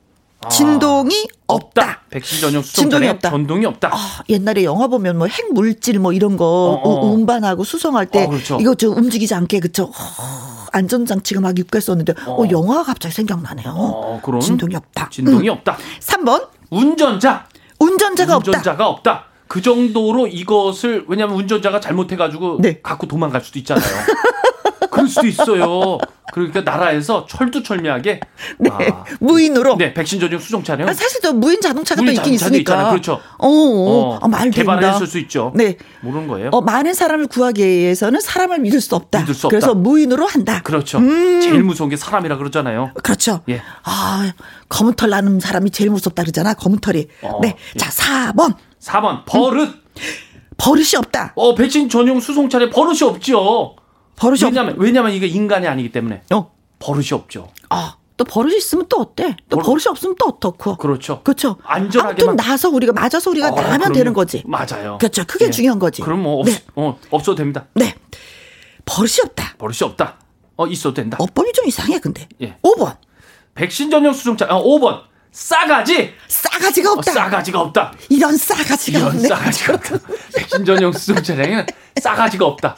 진동이 없다.
없다. 백신
진동이
전용 수송차량에
없다.
전동이 없다.
아, 옛날에 영화 보면 뭐 핵물질 뭐 이런 거
어, 어, 어.
운반하고 수송할 때
어, 그렇죠.
이거 좀 움직이지 않게 그쵸 허, 안전장치가 막 입고 했었는데 어, 영화가 갑자기 생각나네요.
어, 그런
진동이 없다.
진동이 없다.
3번
운전자
운전자가 없다.
운전자가 없다. 그 정도로 이것을 왜냐하면 운전자가 잘못해가지고
네.
갖고 도망갈 수도 있잖아요. <laughs> 그럴 수도 있어요. 그러니까 나라에서 철두철미하게 아,
예, 무인으로.
네 백신 전용 수송 차량
네. 아, 사실 또 무인 자동차가
무인
또 있긴
자동차도
있으니까.
있잖아요. 그렇죠.
어, 어, 아, 말 된다.
개발했을 수 있죠.
네.
모르는 거예요.
어, 많은 사람을 구하기 위해서는 사람을 믿을 수 없다.
믿을 수 없다.
그래서 무인으로 한다.
그렇죠.
음.
제일 무서운 게 사람이라 그러잖아요.
그렇죠.
예.
아, 검은 털 나는 사람이 제일 무섭다 그러잖아. 검은 털이.
어,
네.
예.
자, 4번. 음.
4번 버릇.
버릇이 없다.
어 백신 전용 수송차량 버릇이 없죠.
버릇이 없
왜냐면 왜냐면 이게 인간이 아니기 때문에
어.
버릇이 없죠.
아, 또 버릇이 있으면 또 어때? 또
버릇-
버릇... 이 없으면 또 어떻고?
그렇죠.
그렇죠.
안전하게
아무튼 나서 우리가 맞아서 우리가
어,
나면
그럼요.
되는 거지.
맞아요.
그렇죠. 그게
예.
중요한 거지.
그럼 뭐 없,
네.
어, 없어도 됩니다.
네. 버릇이 없다.
버릇이 없다. 어 있어도 된다.
어법이 좀 이상해 근데.
예.
5번.
백신 전용 수송차 어, 5번 싸가지.
싸가지가
어,
없다.
싸가지가 없다.
이런 싸가지가
이런
없네.
싸가지가 없다. 백신 전용 수송차량에는 싸가지가 없다.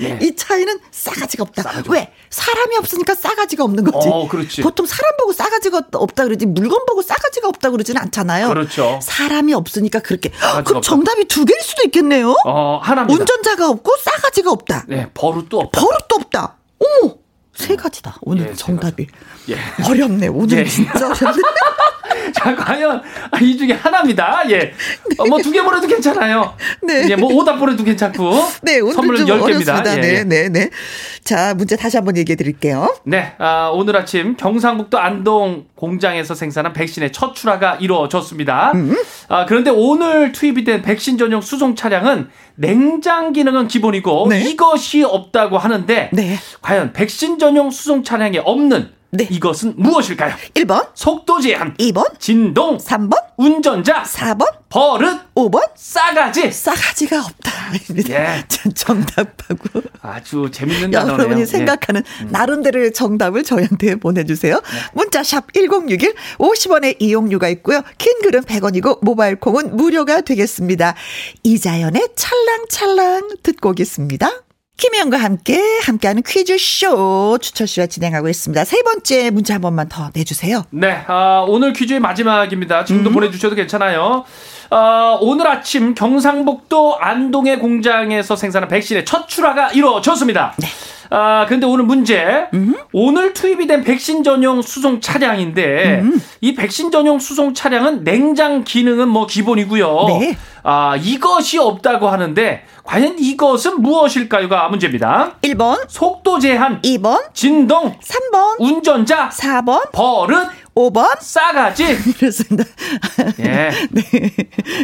네.
이 차이는 싸가지가 없다.
싸가지가
왜? 사람이 없으니까 싸가지가 없는 거지.
어, 그렇지.
보통 사람 보고 싸가지가 없다 그러지 물건 보고 싸가지가 없다 그러진 않잖아요.
그렇죠.
사람이 없으니까 그렇게.
싸가지가
그럼
없다.
정답이 두 개일 수도 있겠네요.
어 하나입니다.
운전자가 없고 싸가지가 없다.
네 버릇도 없다.
버릇도 없다. 어머, 세 가지다. 오늘
예, 세
정답이
예.
어렵네. 오늘
예.
진짜
<laughs>
어렵네.
자, 과연 아, 이 중에 하나입니다. 예. 뭐 두 개 보내도 괜찮아요.
네.
예, 뭐 오답 보내도 괜찮고.
네, 오늘
선물은
좀
열개입니다 예,
어렵습니다. 네, 네, 네. 자, 문제 다시 한번 얘기해 드릴게요.
네, 아, 오늘 아침 경상북도 안동 공장에서 생산한 백신의 첫 출하가 이루어졌습니다.
음.
아, 그런데 오늘 투입이 된 백신 전용 수송 차량은 냉장 기능은 기본이고
네.
이것이 없다고 하는데
네.
과연 백신 전용 수송 차량에 없는
네.
이것은 무엇일까요?
1번,
속도 제한,
2번,
진동,
3번,
운전자,
4번,
버릇,
5번.
싸가지.
싸가지가 없다. <laughs>
예.
자, 정답하고
아주 재밌는 단어네요.
여러분이
예.
생각하는 나름대로의 정답을 저희한테
네.
보내주세요. 문자 샵 #1061 50원의 이용료가 있고요. 긴 글은 100원이고 모바일 콩은 무료가 되겠습니다. 이자연의 찰랑찰랑 듣고 오겠습니다. 김혜영과 함께 함께하는 퀴즈쇼 추철 씨와 진행하고 있습니다. 세 번째 문자 한 번만 더 내주세요.
네, 아, 오늘 퀴즈의 마지막입니다. 지금도 보내주셔도 괜찮아요. 아, 오늘 아침 경상북도 안동의 공장에서 생산한 백신의 첫 출하가 이루어졌습니다. 아, 근데 오늘 문제. 오늘 투입이 된 백신 전용 수송 차량인데, 이 백신 전용 수송 차량은 냉장 기능은 뭐 기본이고요.
네.
아, 이것이 없다고 하는데, 과연 이것은 무엇일까요가 문제입니다.
1번,
속도 제한,
2번,
진동,
3번,
운전자,
4번,
버릇,
5번.
싸가지.
그렇습니다.
예.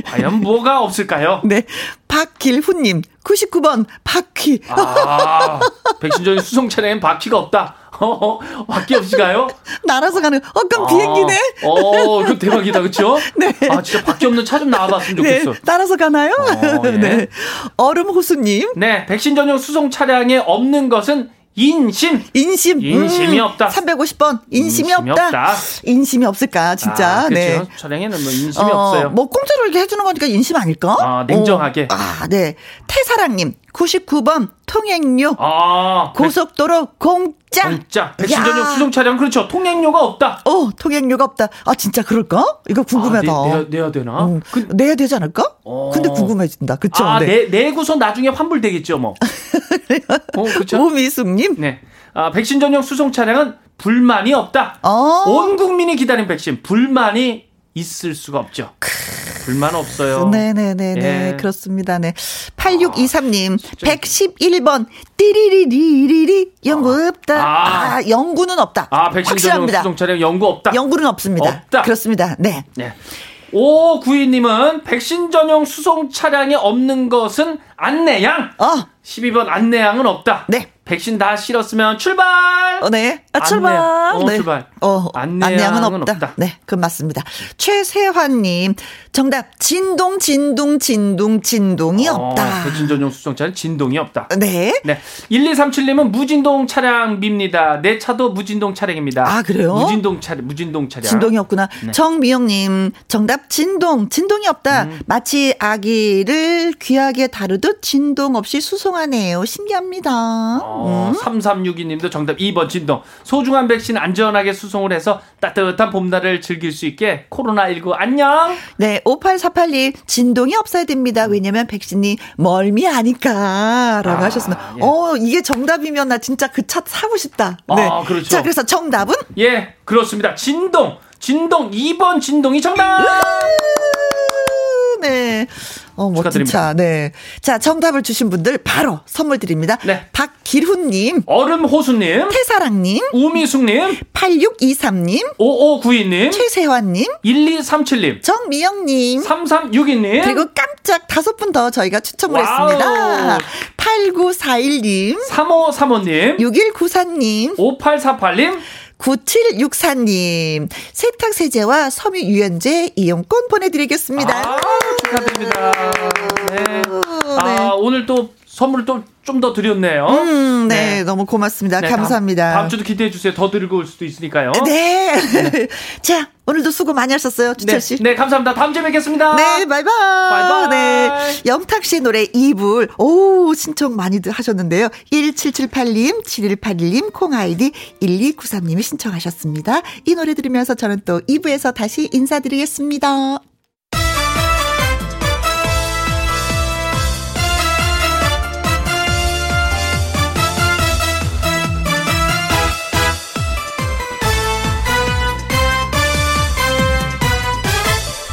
과연 뭐가 없을까요?
네. 박길훈님, 99번, 바퀴.
아, 백신전이 수송 차량엔 바퀴가 없다. 어, 바퀴 없이 가요?
날아서 가는, 어, 그럼 <laughs> 비행기네?
아, 어, 이거 대박이다, 그쵸?
네.
아, 진짜 바퀴 없는 차 좀 나와봤으면
네,
좋겠어.
따라서 가나요?
어, 예.
네. 얼음 호수님,
네, 백신 전용 수송 차량에 없는 것은 인심.
인심.
인심이 없다.
350번. 인심이,
인심이
없다.
없다.
인심이 없을까, 진짜.
아,
네.
그렇죠. 촬영에는 뭐 인심이 없어요.
뭐 공짜로 이렇게 해주는 거니까 인심 아닐까?
아, 냉정하게.
어, 아, 네. 태사랑님, 99번, 통행료,
아,
고속도로 공짜.
공짜. 백신 전용
야.
수송 차량 그렇죠. 통행료가 없다.
어, 통행료가 없다. 아, 진짜 그럴까? 이거 궁금하다.
아, 내, 내야, 내야 되나?
어,
그,
내야 되지 않을까?
어.
근데 궁금해진다. 그쵸?
아,
네.
내, 내고서 나중에
<laughs>
환불되겠죠, 뭐. 어,
뭐?
그렇죠.
오미숙님,
네. 아, 백신 전용 수송 차량은 불만이 없다.
어.
온 국민이 기다린 백신 불만이 있을 수가 없죠. 불만 없어요.
네네네네.
예. 아,
그렇습니다. 네. 8623님,
진짜.
111번, 띠리리리리리, 연구 없다.
아.
아, 연구는 없다.
아, 백신 전용
확실합니다.
수송 차량 연구 없다.
연구는 없습니다.
없다.
그렇습니다. 네.
네. 오 구이님은 백신 전용 수송 차량이 없는 것은 안내양.
어,
12번 안내양은 없다.
네.
백신 다 실었으면 출발.
어, 네. 아,
안내.
출발.
어,
네.
출발.
어,
안내양은
안내양은 없다.
없다.
네, 그 맞습니다. 최세환님, 정답, 진동, 진동, 진동, 진동이
어,
없다.
백신 전용 수송 차량 진동이 없다.
네.
네. 1237님은 무진동 차량입니다. 내 차도 무진동 차량입니다.
아, 그래요?
무진동 차량, 무진동 차량.
진동이 없구나.
네.
정미영님, 정답 진동, 진동이 없다.
음.
마치 아기를 귀하게 다루듯 진동 없이 수송하네요. 신기합니다.
어,
음?
3362님도 정답 2번 진동. 소중한 백신 안전하게 수송을 해서 따뜻한 봄날을 즐길 수 있게 코로나19 안녕!
네, 5848님, 진동이 없어야 됩니다. 왜냐면 백신이 멀미 아니까. 라고
아,
하셨습니다.
예.
어, 이게 정답이면 나 진짜 그 차 사고 싶다.
아,
네.
그렇죠.
자, 그래서 정답은?
예, 그렇습니다. 진동! 진동! 2번 진동이 정답!
네. 어, 멋진
축하드립니다.
차. 네. 자, 정답을 주신 분들 바로 선물 드립니다.
네.
박기훈님,
얼음호수님,
태사랑님,
우미숙님,
8623님,
5592님,
최세환님,
1237님,
정미영님,
3362님,
그리고 깜짝 다섯 분 더 저희가 추첨을
와우.
했습니다. 8941님,
3535님,
6194님,
5848님,
9764님, 세탁세제와 섬유 유연제 이용권 보내드리겠습니다.
아, 축하드립니다. 네.
네.
아, 오늘 또 선물 또 좀 더 드렸네요.
음, 네, 너무 고맙습니다.
네,
감사합니다.
다음, 다음 주도 기대해 주세요. 더 들고 올 수도 있으니까요.
네. <laughs> 자, 오늘도 수고 많이 하셨어요,
네,
주철 씨.
네, 감사합니다. 다음 주에 뵙겠습니다.
네, 바이바이.
바이바이.
네. 영탁 씨 노래 이불. 오, 신청 많이들 하셨는데요. 1778님, 7181님, 콩아이디 1293님이 신청하셨습니다. 이 노래 들으면서 저는 또 2부에서 다시 인사드리겠습니다.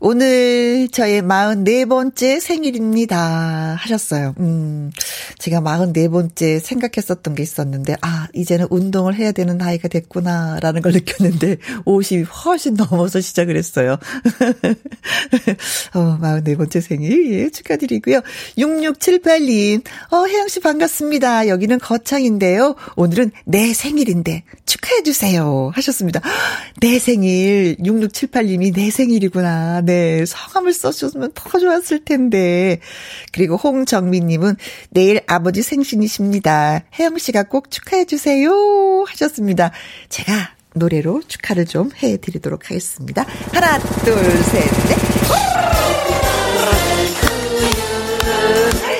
오늘 저의 44번째 생일입니다. 하셨어요. 음, 제가 44번째 생각했었던 게 있었는데, 아, 이제는 운동을 해야 되는 나이가 됐구나라는 걸 느꼈는데, 50이 훨씬 넘어서 시작을 했어요. <laughs> 어, 44번째 생일, 예, 축하드리고요. 6678님, 어, 혜영씨 반갑습니다. 여기는 거창인데요. 오늘은 내 생일인데 축하해주세요. 하셨습니다. <gasps> 내 생일, 6678님이 내 생일이구나. 네, 성함을 써주셨으면 더 좋았을 텐데. 그리고 홍정민님은 내일 아버지 생신이십니다. 혜영씨가 꼭 축하해주세요. 하셨습니다. 제가 노래로 축하를 좀 해드리도록 하겠습니다. 하나, 둘, 셋, 넷.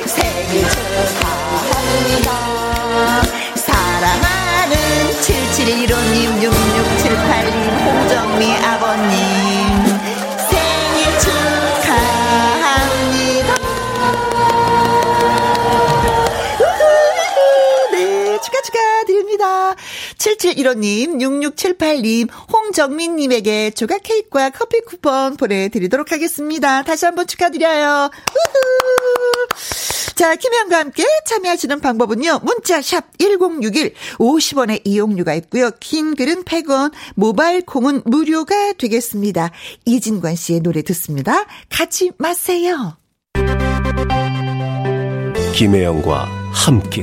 생일 축하합니다. 사랑하는 7715님, 6678님, 홍정미 아버님. 생일 축하합니다. 우후, 네, 축하 축하드립니다. 7715님, 6678님, 홍정민님에게 조각 케이크와 커피 쿠폰 보내드리도록 하겠습니다. 다시 한번 축하드려요. 우후. 자, 김현과 함께 참여하시는 방법은요. 문자 샵 1061, 50원의 이용료가 있고요. 긴 글은 100원, 모바일 콩은 무료가 되겠습니다. 이진관 씨의 노래 듣습니다. 같이 마세요.
김혜영과 함께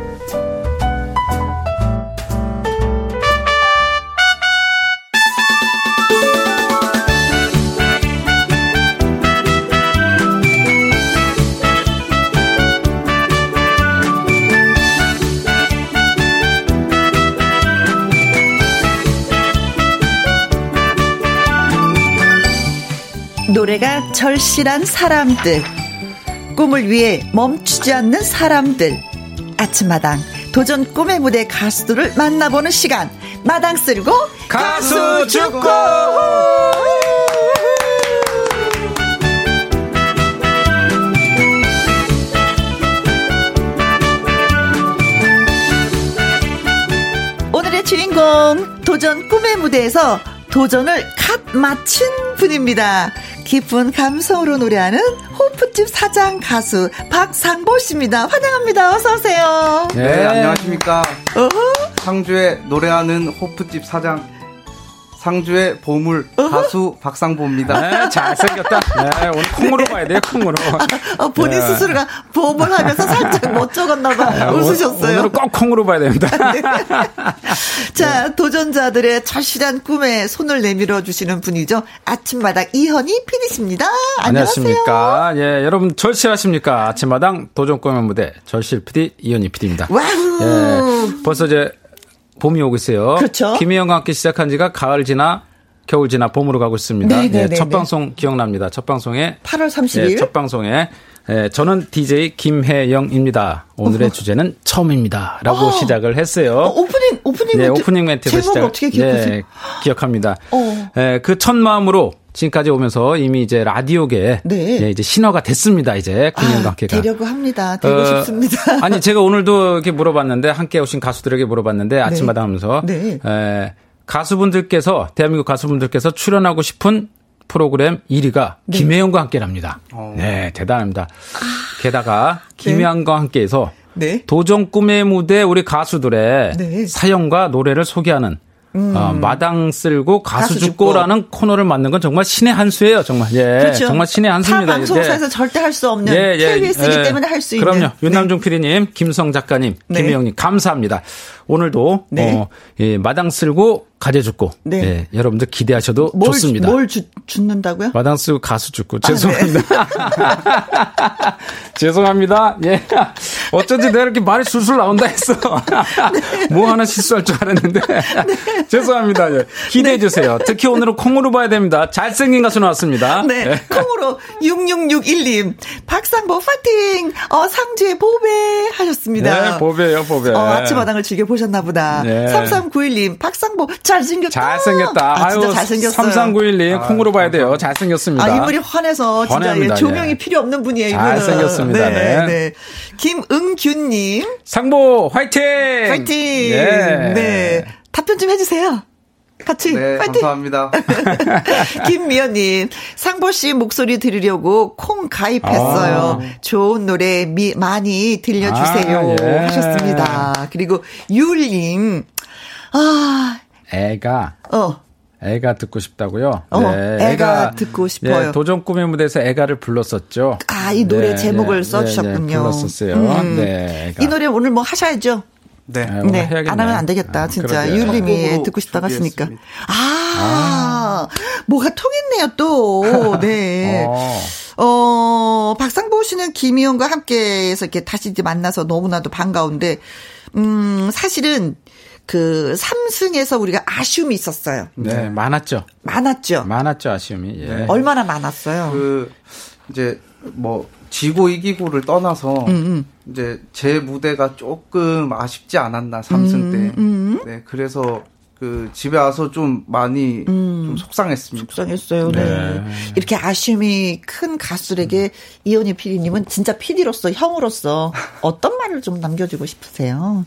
노래가 절실한 사람들 꿈을 위해 멈추지 않는 사람들 아침마당 도전 꿈의 무대 가수들을 만나보는 시간 마당 쓸고
가수 축구!
오늘의 주인공 도전 꿈의 무대에서 도전을 갓 마친 분입니다. 깊은 감성으로 노래하는 호프집 사장 가수 박상보 씨입니다. 환영합니다. 어서 오세요.
네, 안녕하십니까.
어허,
상주의 노래하는 호프집 사장. 상주의 보물 가수 박상보입니다.
아, 잘생겼다. 네, 오늘 콩으로 가야 돼요, 콩으로.
어, 본인
예.
스스로가 보험을 하면서 살짝 못 적었나
아,
봐.
오-
웃으셨어요.
오늘은 꼭 콩으로 봐야 됩니다.
<laughs> 자,
네.
도전자들의 절실한 꿈에 손을 내밀어 주시는 분이죠. 아침마당 이현희 PD십니다. <laughs> 안녕하십니까.
안녕하십니까. 예, 여러분 절실하십니까? 아침마당 도전 꼬면 무대 절실 PD 이현희 PD입니다.
와우.
예, 벌써 이제 봄이 오고 있어요.
그렇죠.
김혜영과 함께 시작한 지가 가을 지나 겨울 지나 봄으로 가고 있습니다. 예,
네, 네, 네,
첫
네.
방송 기억납니다. 첫 방송에
8월 30일.
예, 첫 방송에 예, 저는 DJ 김혜영입니다. 오늘의 주제는 처음입니다라고
어.
시작을 했어요.
어, 오프닝, 오프닝
네,
멘트.
오프닝 멘트에서
제목
시작.
어떻게 기억하세요?
예, 기억합니다.
어.
예, 그 첫 마음으로 지금까지 오면서 이미 이제 라디오계
네.
예, 이제 신화가 됐습니다. 이제
아,
국민 관계가.
되려고 합니다. 되고
어,
싶습니다.
<laughs> 아니 제가 오늘도 이렇게 물어봤는데 함께 오신 가수들에게 물어봤는데 아침마다 하면서
네.
에, 가수분들께서 대한민국 가수분들께서 출연하고 싶은 프로그램 1위가
네.
김혜영과 함께랍니다. 네, 대단합니다. 게다가 김혜영과 함께해서
아, 네.
도전 꿈의 무대 우리 가수들의
네. 음.
사연과 노래를 소개하는 어, 마당 쓸고 가수
가수 죽고.
죽고라는 코너를 만든 건 정말 신의 한 수예요, 정말. 예,
<laughs> 그렇죠.
정말 신의 한 수입니다. 네. 예,
타 방송사에서 절대 할 수 없는 KBS이기 때문에 할 수 있는.
그럼요. 윤남중 PD님, 김성 작가님,
네.
김혜영님 감사합니다. 오늘도
네.
어, 예, 마당 쓸고 가재 죽고
네.
예, 여러분들 기대하셔도
뭘,
좋습니다.
뭘 아, 네. 주, 죽는다고요?
마당 쓰고 가수 죽고 죄송합니다. <laughs> 죄송합니다. 예. 어쩐지 내가 이렇게 말이 술술 나온다 했어. <laughs> 뭐 하나 실수할 줄 알았는데.
네.
<laughs> 죄송합니다. 예. 기대해 주세요. 특히 오늘은 콩으로 봐야 됩니다. 잘생긴 가수 나왔습니다.
네.
예.
콩으로 6661님. 박상보 파팅! 어, 상주의 보배! 하셨습니다.
네, 보배예요, 보배.
어, 아침마당을 즐겨보셨나 보다.
네.
3391님, 박상보, 잘생겼다.
잘생겼다.
아, 진짜
아유,
잘생겼어요.
3391님 콩으로 봐야 돼요. 잘생겼습니다.
아, 이분이 환해서 진짜
환해합니다,
예, 조명이
예.
필요 없는 분이에요, 이분은.
잘생겼습니다,
네,
네.
네. 김응균님,
상보 화이팅!
파이팅!
예.
네. 답변 좀 해주세요. 같이,
네,
파이팅! <laughs>
감사합니다.
김미연님, 상보 씨 목소리 들으려고 콩 가입했어요. 좋은 노래 미, 많이 들려주세요.
아, 예.
하셨습니다. 그리고 율님, 아,
애가
어,
애가 듣고 싶다고요. 네,
어, 애가 듣고 싶어요.
예, 도전 꿈의 무대에서 애가를 불렀었죠.
아, 이 노래 제목을 써주셨군요.
네, 불렀었어요.
음.
네, 애가.
이 노래 오늘 뭐 하셔야죠.
네.
네, 오늘
네,
해야겠네.
안 하면 안 되겠다.
아,
진짜
그러게요.
율님이
곡으로
듣고 싶다고 하시니까.
준비했습니다.
아, 뭐가 통했네요
<laughs>
또. 네.
어.
어, 박상보 씨는 김희영과 함께해서 이렇게 다시 이제 만나서 너무나도 반가운데, 음, 사실은 그 삼승에서 우리가 아쉬움이 있었어요.
네, 많았죠.
많았죠.
많았죠 아쉬움이. 예.
얼마나 많았어요.
그 이제 뭐 지고 이기고를
음,
떠나서 이제 제 무대가 조금 아쉽지 않았나
음,
삼승 때. 네, 그래서 그 집에 와서 좀 많이
음.
좀 속상했습니다.
속상했어요. 네. 이렇게 아쉬움이 큰 가수에게 이현희 PD님은 진짜 PD로서 형으로서 어떤 말을 좀 남겨주고 싶으세요?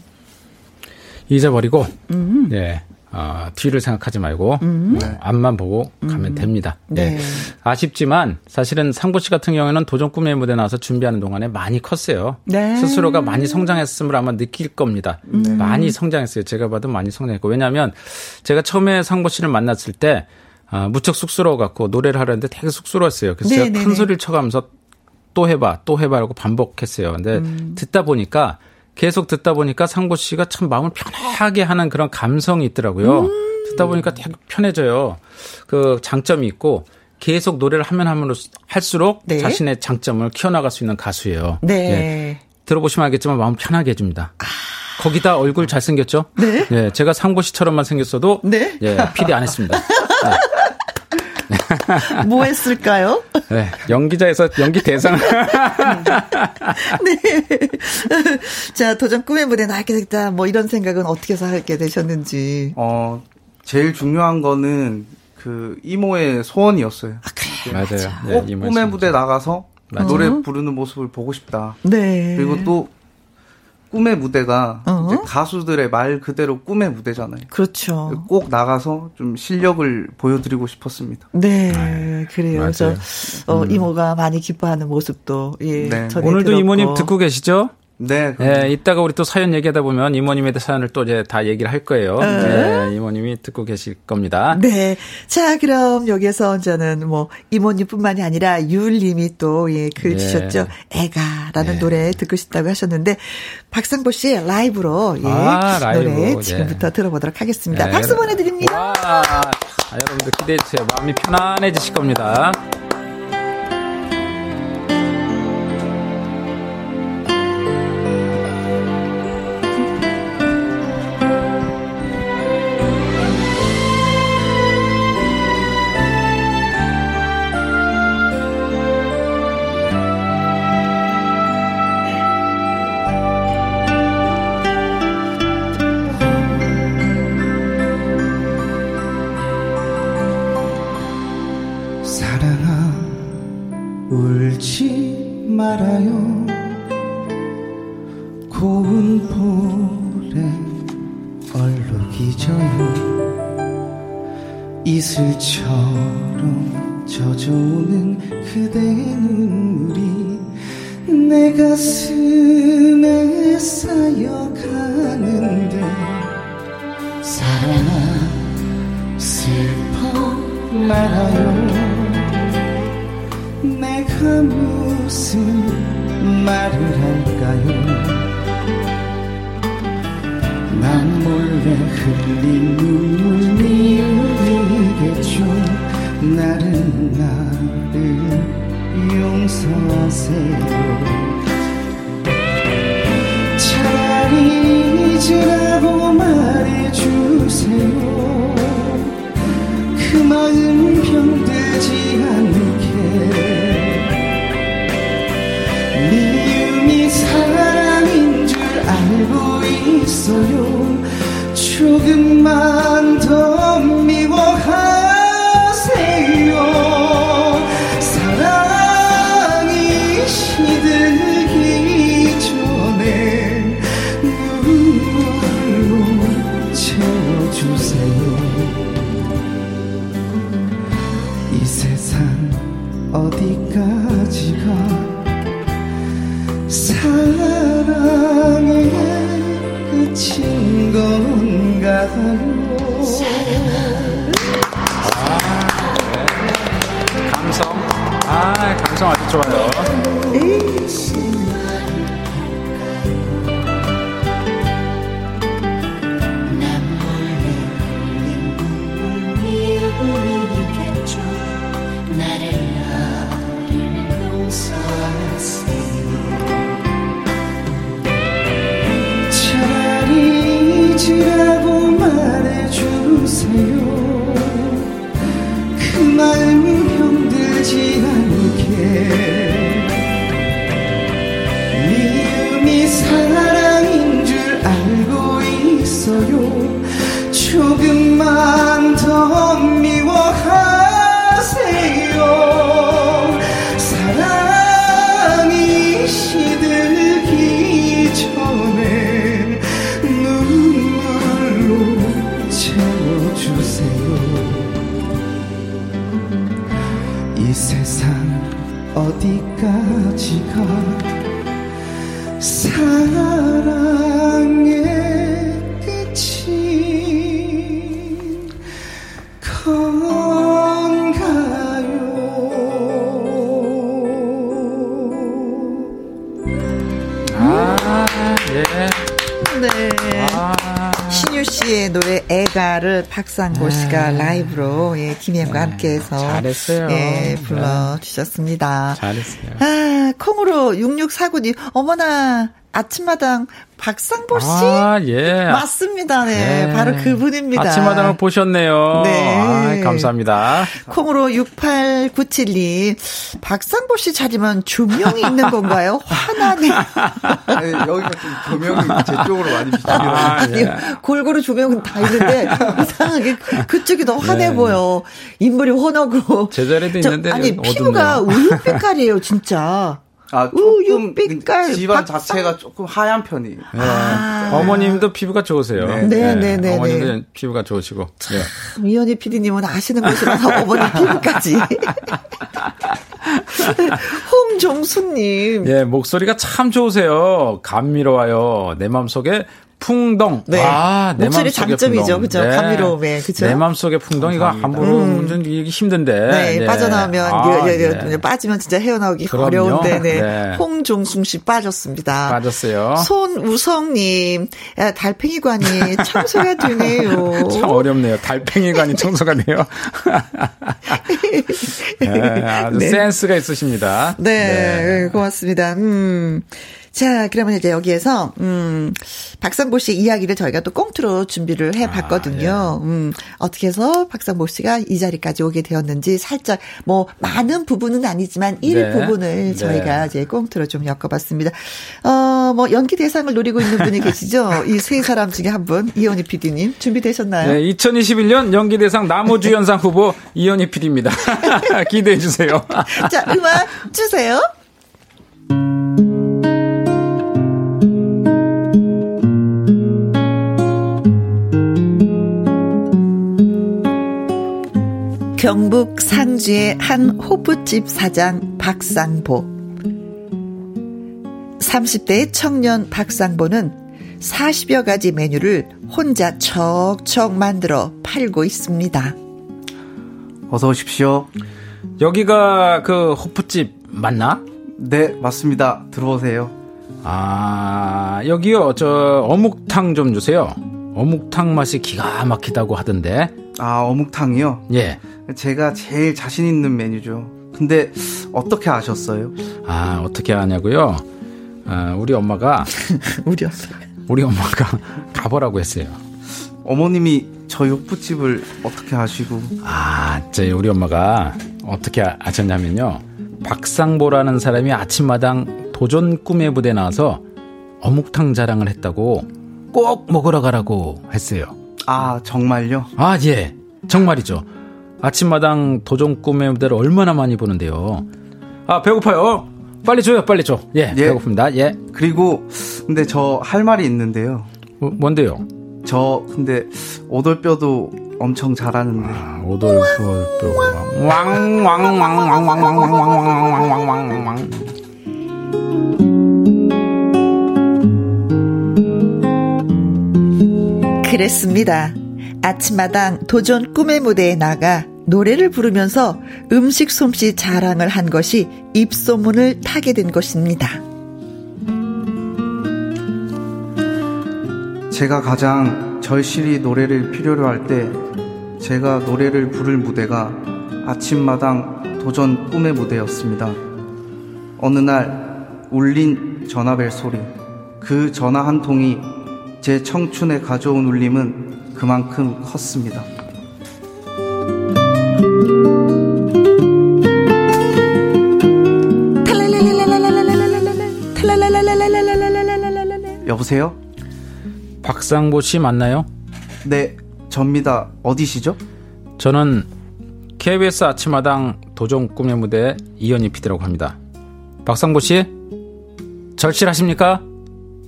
잊어버리고
음.
예. 어, 뒤를 생각하지 말고 어, 앞만 보고 가면 됩니다.
네.
예. 아쉽지만 사실은 상보 씨 같은 경우에는 도전 꿈의 무대 나와서 준비하는 동안에 많이 컸어요.
네. 음.
스스로가 많이 성장했음을 아마 느낄 겁니다. 많이 성장했어요. 제가 봐도 많이 성장했고 왜냐하면 제가 처음에 상보 씨를 만났을 때 아, 무척 쑥스러워 갖고 노래를 하려는데 되게 쑥스러웠어요. 그래서
네,
제가
네,
큰
네.
소리를 쳐가면서 또 해봐, 또 해봐라고 반복했어요. 근데
음.
듣다 보니까 계속 듣다 보니까 상보 씨가 참 마음을 편하게 하는 그런 감성이 있더라고요.
음.
듣다 보니까 되게 편해져요. 그 장점이 있고 계속 노래를 하면 하면 할수록
네.
자신의 장점을 키워나갈 수 있는 가수예요. 예.
네. 아.
들어보시면 알겠지만 마음 편하게 해줍니다. 거기다 얼굴 잘생겼죠?
네.
예, 제가 상보 씨처럼만 생겼어도
네.
예, PD 안 했습니다.
뭐 했을까요?
예, 연기자에서
<laughs>
연기 대상
네. 자, 도전 꿈의 무대 나게 됐다. 뭐 이런 생각은 어떻게 해서 하게 되셨는지.
어, 제일 중요한 거는 그 이모의 소원이었어요.
맞아요. 예,
꼭
이
꿈의
말씀.
무대 나가서 노래 부르는 모습을 보고 싶다.
네.
그리고 또 꿈의 무대가
어.
이제 가수들의 말 그대로 꿈의 무대잖아요.
그렇죠.
꼭 나가서 좀 실력을 보여드리고 싶었습니다.
네, 그래요. 그래서
그 맞아요. 음.
어, 이모가 많이 기뻐하는 모습도 예.
네.
전에
오늘도
들었고.
이모님 듣고 계시죠?
네. 그럼
예, 이따가 우리 또 사연 얘기하다 보면 이모님에 대한 사연을 또 이제 다 얘기를 할 거예요. 예, 이모님이 듣고 계실 겁니다.
어? 네. 자, 그럼 여기에서 저는 뭐 이모님뿐만이 아니라 유울님이 또 예, 글
예.
주셨죠.
네.
애가라는 노래 듣고 싶다고 하셨는데 박상보 씨 라이브로 예,
아, 라이브.
노래 지금부터
예.
들어보도록 하겠습니다.
예.
박수 보내드립니다.
와, 아, 여러분들 기대해 주세요. 마음이 편안해지실 겁니다.
사랑아 울지 말아요 고운 볼에 얼룩이 져요 이슬처럼 젖어오는 그대의 눈물이 내 가슴에 쌓여가는데 사랑아 슬퍼 말아요 내가 무슨 말을 할까요 난 몰래 흘린 눈물 이유리겠죠 나는 나를 용서하세요 차라리 잊으라고 말해주세요 그 마음 병들지 않게 미움이 사랑인 줄 알고 있어요 조금만 더 미워하세요 사랑이 시들기 전에 눈물로 채워주세요 이 세상 어디까지가 사랑의 끝인 건가요?
감성. 아, 감성 아주 좋아요.
미우겠죠 나를 나를 용서하세요
차라리 잊으라고 말해주세요 그 마음 병들지 않게 미움이 사랑인 줄 알고 있어요 조금만 더 미워하세요 사랑이 시들기 전에 눈물로 채워주세요 이 세상 어디까지가 사랑의 끝인 건가요?
아, 예.
네.
아.
신유 씨의 노래 애가를 박상고 씨가 라이브로 예, 김혜영과 함께해서
네. 잘했어요. 네.
예, 불러 주셨습니다.
잘했어요.
아, 콩으로 6649님 어머나 아침마당 박상보 씨
아, 예.
맞습니다. 네.
예.
바로 그분입니다.
아침마당을 보셨네요.
네.
아, 감사합니다.
콩으로 6897님 박상보 씨 자리만 조명이 있는
<laughs>
건가요? 화나네.
아니, 여기가 좀 조명이 제 쪽으로 많이 비추더라고요.
아,
아니, 골고루 조명은 다
<laughs>
있는데 이상하게 그- 그쪽이 더 환해 보여. 인물이 헌하고.
네. 제자리도
저-
있는데
아니
여기 어둡네요.
피부가 우유 빛깔이에요, 진짜.
아,
우유
조금
빛깔
집안
박상-
자체가 조금 하얀 편이.
어머님도 피부가 좋으세요. 예.
네.
아. 네, 네, 네,
어머님도
네.
피부가 좋으시고. 네.
미연희 PD님은 아시는 것이라서 어머니
<laughs>
피부까지. 홍종수님.
예, 목소리가 참 좋으세요. 감미로워요. 내 마음속에 풍덩.
네.
아, 내
목소리
마음속에
장점이죠.
풍덩. 네.
그죠? 감미로움에, 네, 그죠?
내 마음속에 풍덩. 이거 함부로 완전 이게 힘든데.
음. 네,
네.
빠져나오면, 그,
아,
여- 여- 여-
네.
예, 빠지면 진짜 헤어나오기
그럼요.
어려운데, 네.
네.
홍종숭 씨 빠졌습니다.
빠졌어요.
손우성님, 야,
<laughs>
달팽이관이 청소가 되네요.
참 어렵네요. 달팽이관이 청소가 돼요. 네, 아주
네.
센스가 있으십니다.
네, 고맙습니다. 음. 자, 그러면 이제 여기에서, 음, 박상보 씨 이야기를 저희가 또 꽁트로
아,
준비를 해 봤거든요.
예.
음, 어떻게 해서 박상보 씨가 이 자리까지 오게 되었는지 살짝, 뭐, 많은 부분은 아니지만
네.
일부분을
네.
저희가 이제 꽁트로 좀 엮어봤습니다. 어, 뭐, 연기 대상을 노리고 있는 분이 계시죠? 이 세 사람 중에 한 분, 이현희 PD님, 준비되셨나요?
네, 2021년 연기대상 나무주연상 후보 이현희 PD입니다. <laughs> 기대해 주세요.
<laughs> 자, 음악 주세요. 경북 상주의 한 호프집 사장 박상보. 30대의 청년 박상보는 40여 가지 메뉴를 혼자 척척 만들어 팔고 있습니다.
어서 오십시오.
여기가 그 호프집 맞나?
네, 맞습니다. 들어오세요.
아, 여기요. 저 어묵탕 좀 주세요. 어묵탕 맛이 기가 막히다고 하던데.
아, 어묵탕이요?
예.
제가 제일 자신 있는 메뉴죠. 근데 어떻게 아셨어요?
아, 어떻게 하냐고요? 아, 우리 엄마가
우리
우리 엄마가 가보라고 했어요.
어머님이 저 육부집을 어떻게 아시고
아, 제 우리 엄마가 어떻게 아- 아셨냐면요. 박상보라는 사람이 아침마당 도전 꿈의 무대 나와서 어묵탕 자랑을 했다고 꼭 먹으러 가라고 했어요.
아 정말요?
아, 예. 정말이죠. 아침마당 도전 꿈의 무대를 얼마나 많이 보는데요. 아, 배고파요. 빨리 줘요, 빨리 줘. 예,
예.
배고픕니다. 예.
그리고 근데 저 할 말이 있는데요.
어, 뭔데요?
저 근데 오돌뼈도 엄청 잘하는데
아, 오돌뼈 뼈가 어, 왕왕왕왕왕왕왕왕왕왕왕왕왕
그랬습니다. 아침마당 도전 꿈의 무대에 나가 노래를 부르면서 음식 솜씨 자랑을 한 것이 입소문을 타게 된 것입니다.
제가 가장 절실히 노래를 필요로 할 때 제가 노래를 부를 무대가 아침마당 도전 꿈의 무대였습니다. 어느 날 울린 전화벨 소리 그 전화 한 통이 제 청춘에 가져온 울림은 그만큼 컸습니다. 여보세요?
박상보 씨 맞나요?
네, 접니다. 어디시죠?
저는 KBS 아침마당 도전 꿈의 무대 이현희 PD라고 합니다. 박상보 씨 절실하십니까?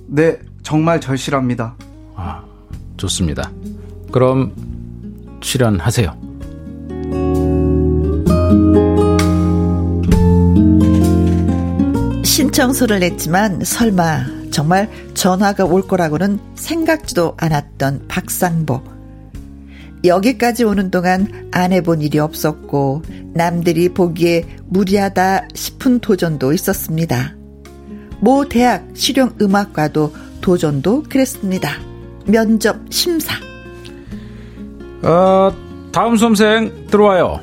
네, 정말 절실합니다.
좋습니다. 그럼 출연하세요.
신청서를 냈지만 설마 정말 전화가 올 거라고는 생각지도 않았던 박상보. 여기까지 오는 동안 안 해본 일이 없었고 남들이 보기에 무리하다 싶은 도전도 있었습니다. 모 대학 실용음악과도 도전도 그랬습니다. 면접 심사.
어, 다음 수험생 들어와요.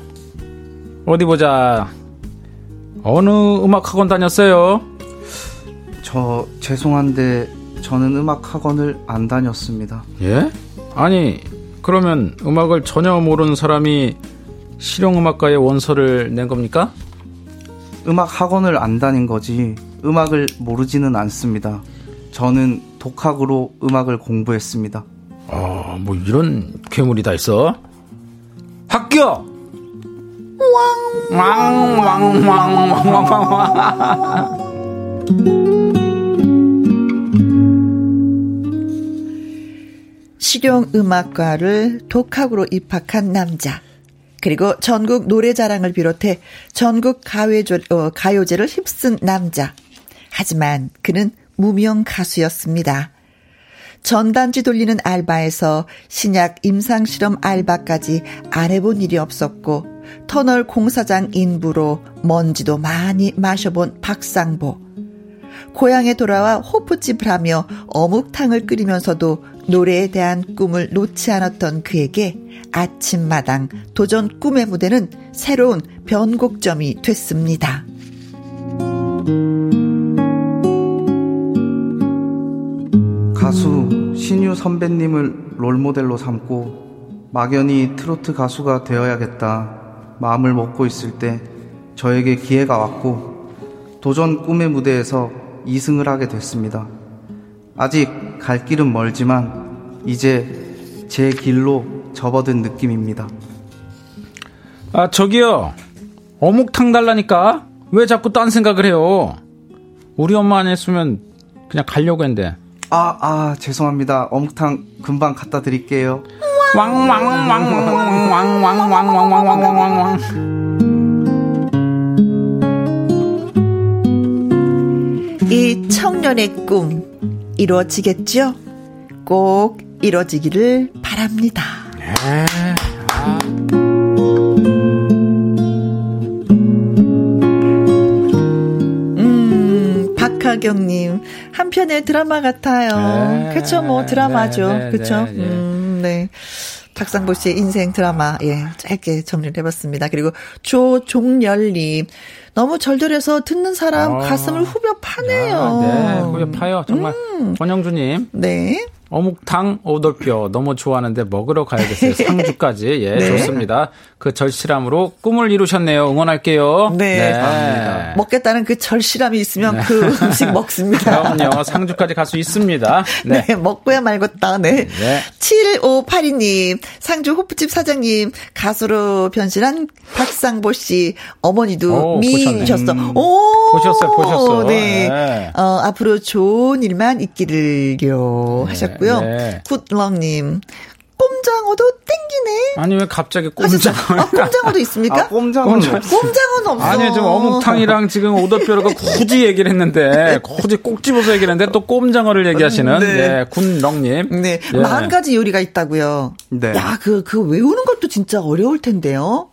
어디 보자. 어느 음악학원 다녔어요?
저 죄송한데 저는 음악 학원을 안 다녔습니다.
예? 아니 그러면 음악을 전혀 모르는 사람이 실용음악가의 원서를 낸 겁니까?
음악 학원을 안 다닌 거지 음악을 모르지는 않습니다. 저는 독학으로 음악을 공부했습니다.
아, 뭐 이런 괴물이 다 있어. 합격! 왕왕왕왕왕왕왕
실용음악과를 독학으로 입학한 남자. 그리고 전국 노래자랑을 비롯해 전국 가요제, 어, 가요제를 휩쓴 남자. 하지만 그는 무명 가수였습니다. 전단지 돌리는 알바에서 신약 임상실험 알바까지 안 해본 일이 없었고 터널 공사장 인부로 먼지도 많이 마셔본 박상보. 고향에 돌아와 호프집을 하며 어묵탕을 끓이면서도 노래에 대한 꿈을 놓지 않았던 그에게 아침마당 도전 꿈의 무대는 새로운 변곡점이 됐습니다.
가수 신유 선배님을 롤모델로 삼고 막연히 트로트 가수가 되어야겠다 마음을 먹고 있을 때 저에게 기회가 왔고 도전 꿈의 무대에서 2승을 하게 됐습니다. 아직 갈 길은 멀지만 이제 제 길로 접어든 느낌입니다.
아 저기요 어묵탕 달라니까 왜 자꾸 딴 생각을 해요? 우리 엄마 안 했으면 그냥 가려고 했는데
아, 아, 죄송합니다. 어묵탕 금방 갖다 드릴게요.
왕왕왕왕왕왕왕왕왕왕왕왕
이 청년의 꿈 이루어지겠죠? 꼭 이루어지기를 바랍니다.
네.
음, 박하 이화경님 한 편의 드라마 같아요.
네.
그쵸 뭐 드라마죠.
네, 네,
그쵸.
네, 예.
음, 네. 박상보 씨의 인생 드라마, 예, 짧게 정리를 해봤습니다. 그리고 조종열님. 너무 절절해서 듣는 사람
아.
가슴을 후벼 파네요. 음.
아, 네, 후에 파요. 정말. 권영주님,
네.
어묵탕 오돌뼈 너무 좋아하는데 먹으러 가야겠어요. 상주까지. 예,
네.
좋습니다. 그 절실함으로 꿈을 이루셨네요. 응원할게요.
네.
감사합니다. 네.
먹겠다는 그 절실함이 있으면 그 음식 먹습니다.
그럼요. 상주까지 갈 수 있습니다.
네.
네.
먹고야 말겠다. 네.
네.
7582님, 상주 호프집 사장님, 가수로 변신한 박상보 씨, 어머니도
오,
미셨어.
보셨네. 음.
오!
보셨어요, 보셨어.
네.
네.
어, 앞으로 좋은 일만 있기를요. 하셨고요.
네.
굿럭님, 꼼장어도 땡기네.
아니, 왜 갑자기
하셨죠?
꼼장을. <laughs>
아, 꼼장어도 있습니까?
아, 꼼장은 없어.
꼼장어는 없어.
아니 지금 어묵탕이랑 지금 오돌뼈를 그 굳이 얘기를 했는데 굳이 꼭 집어서 얘기를 했는데 또 꼼장어를 얘기하시는
네.
예, 군렁님
네.
예.
마흔 가지 요리가 있다고요.
네.
야, 그, 그 외우는 것도 진짜 어려울 텐데요.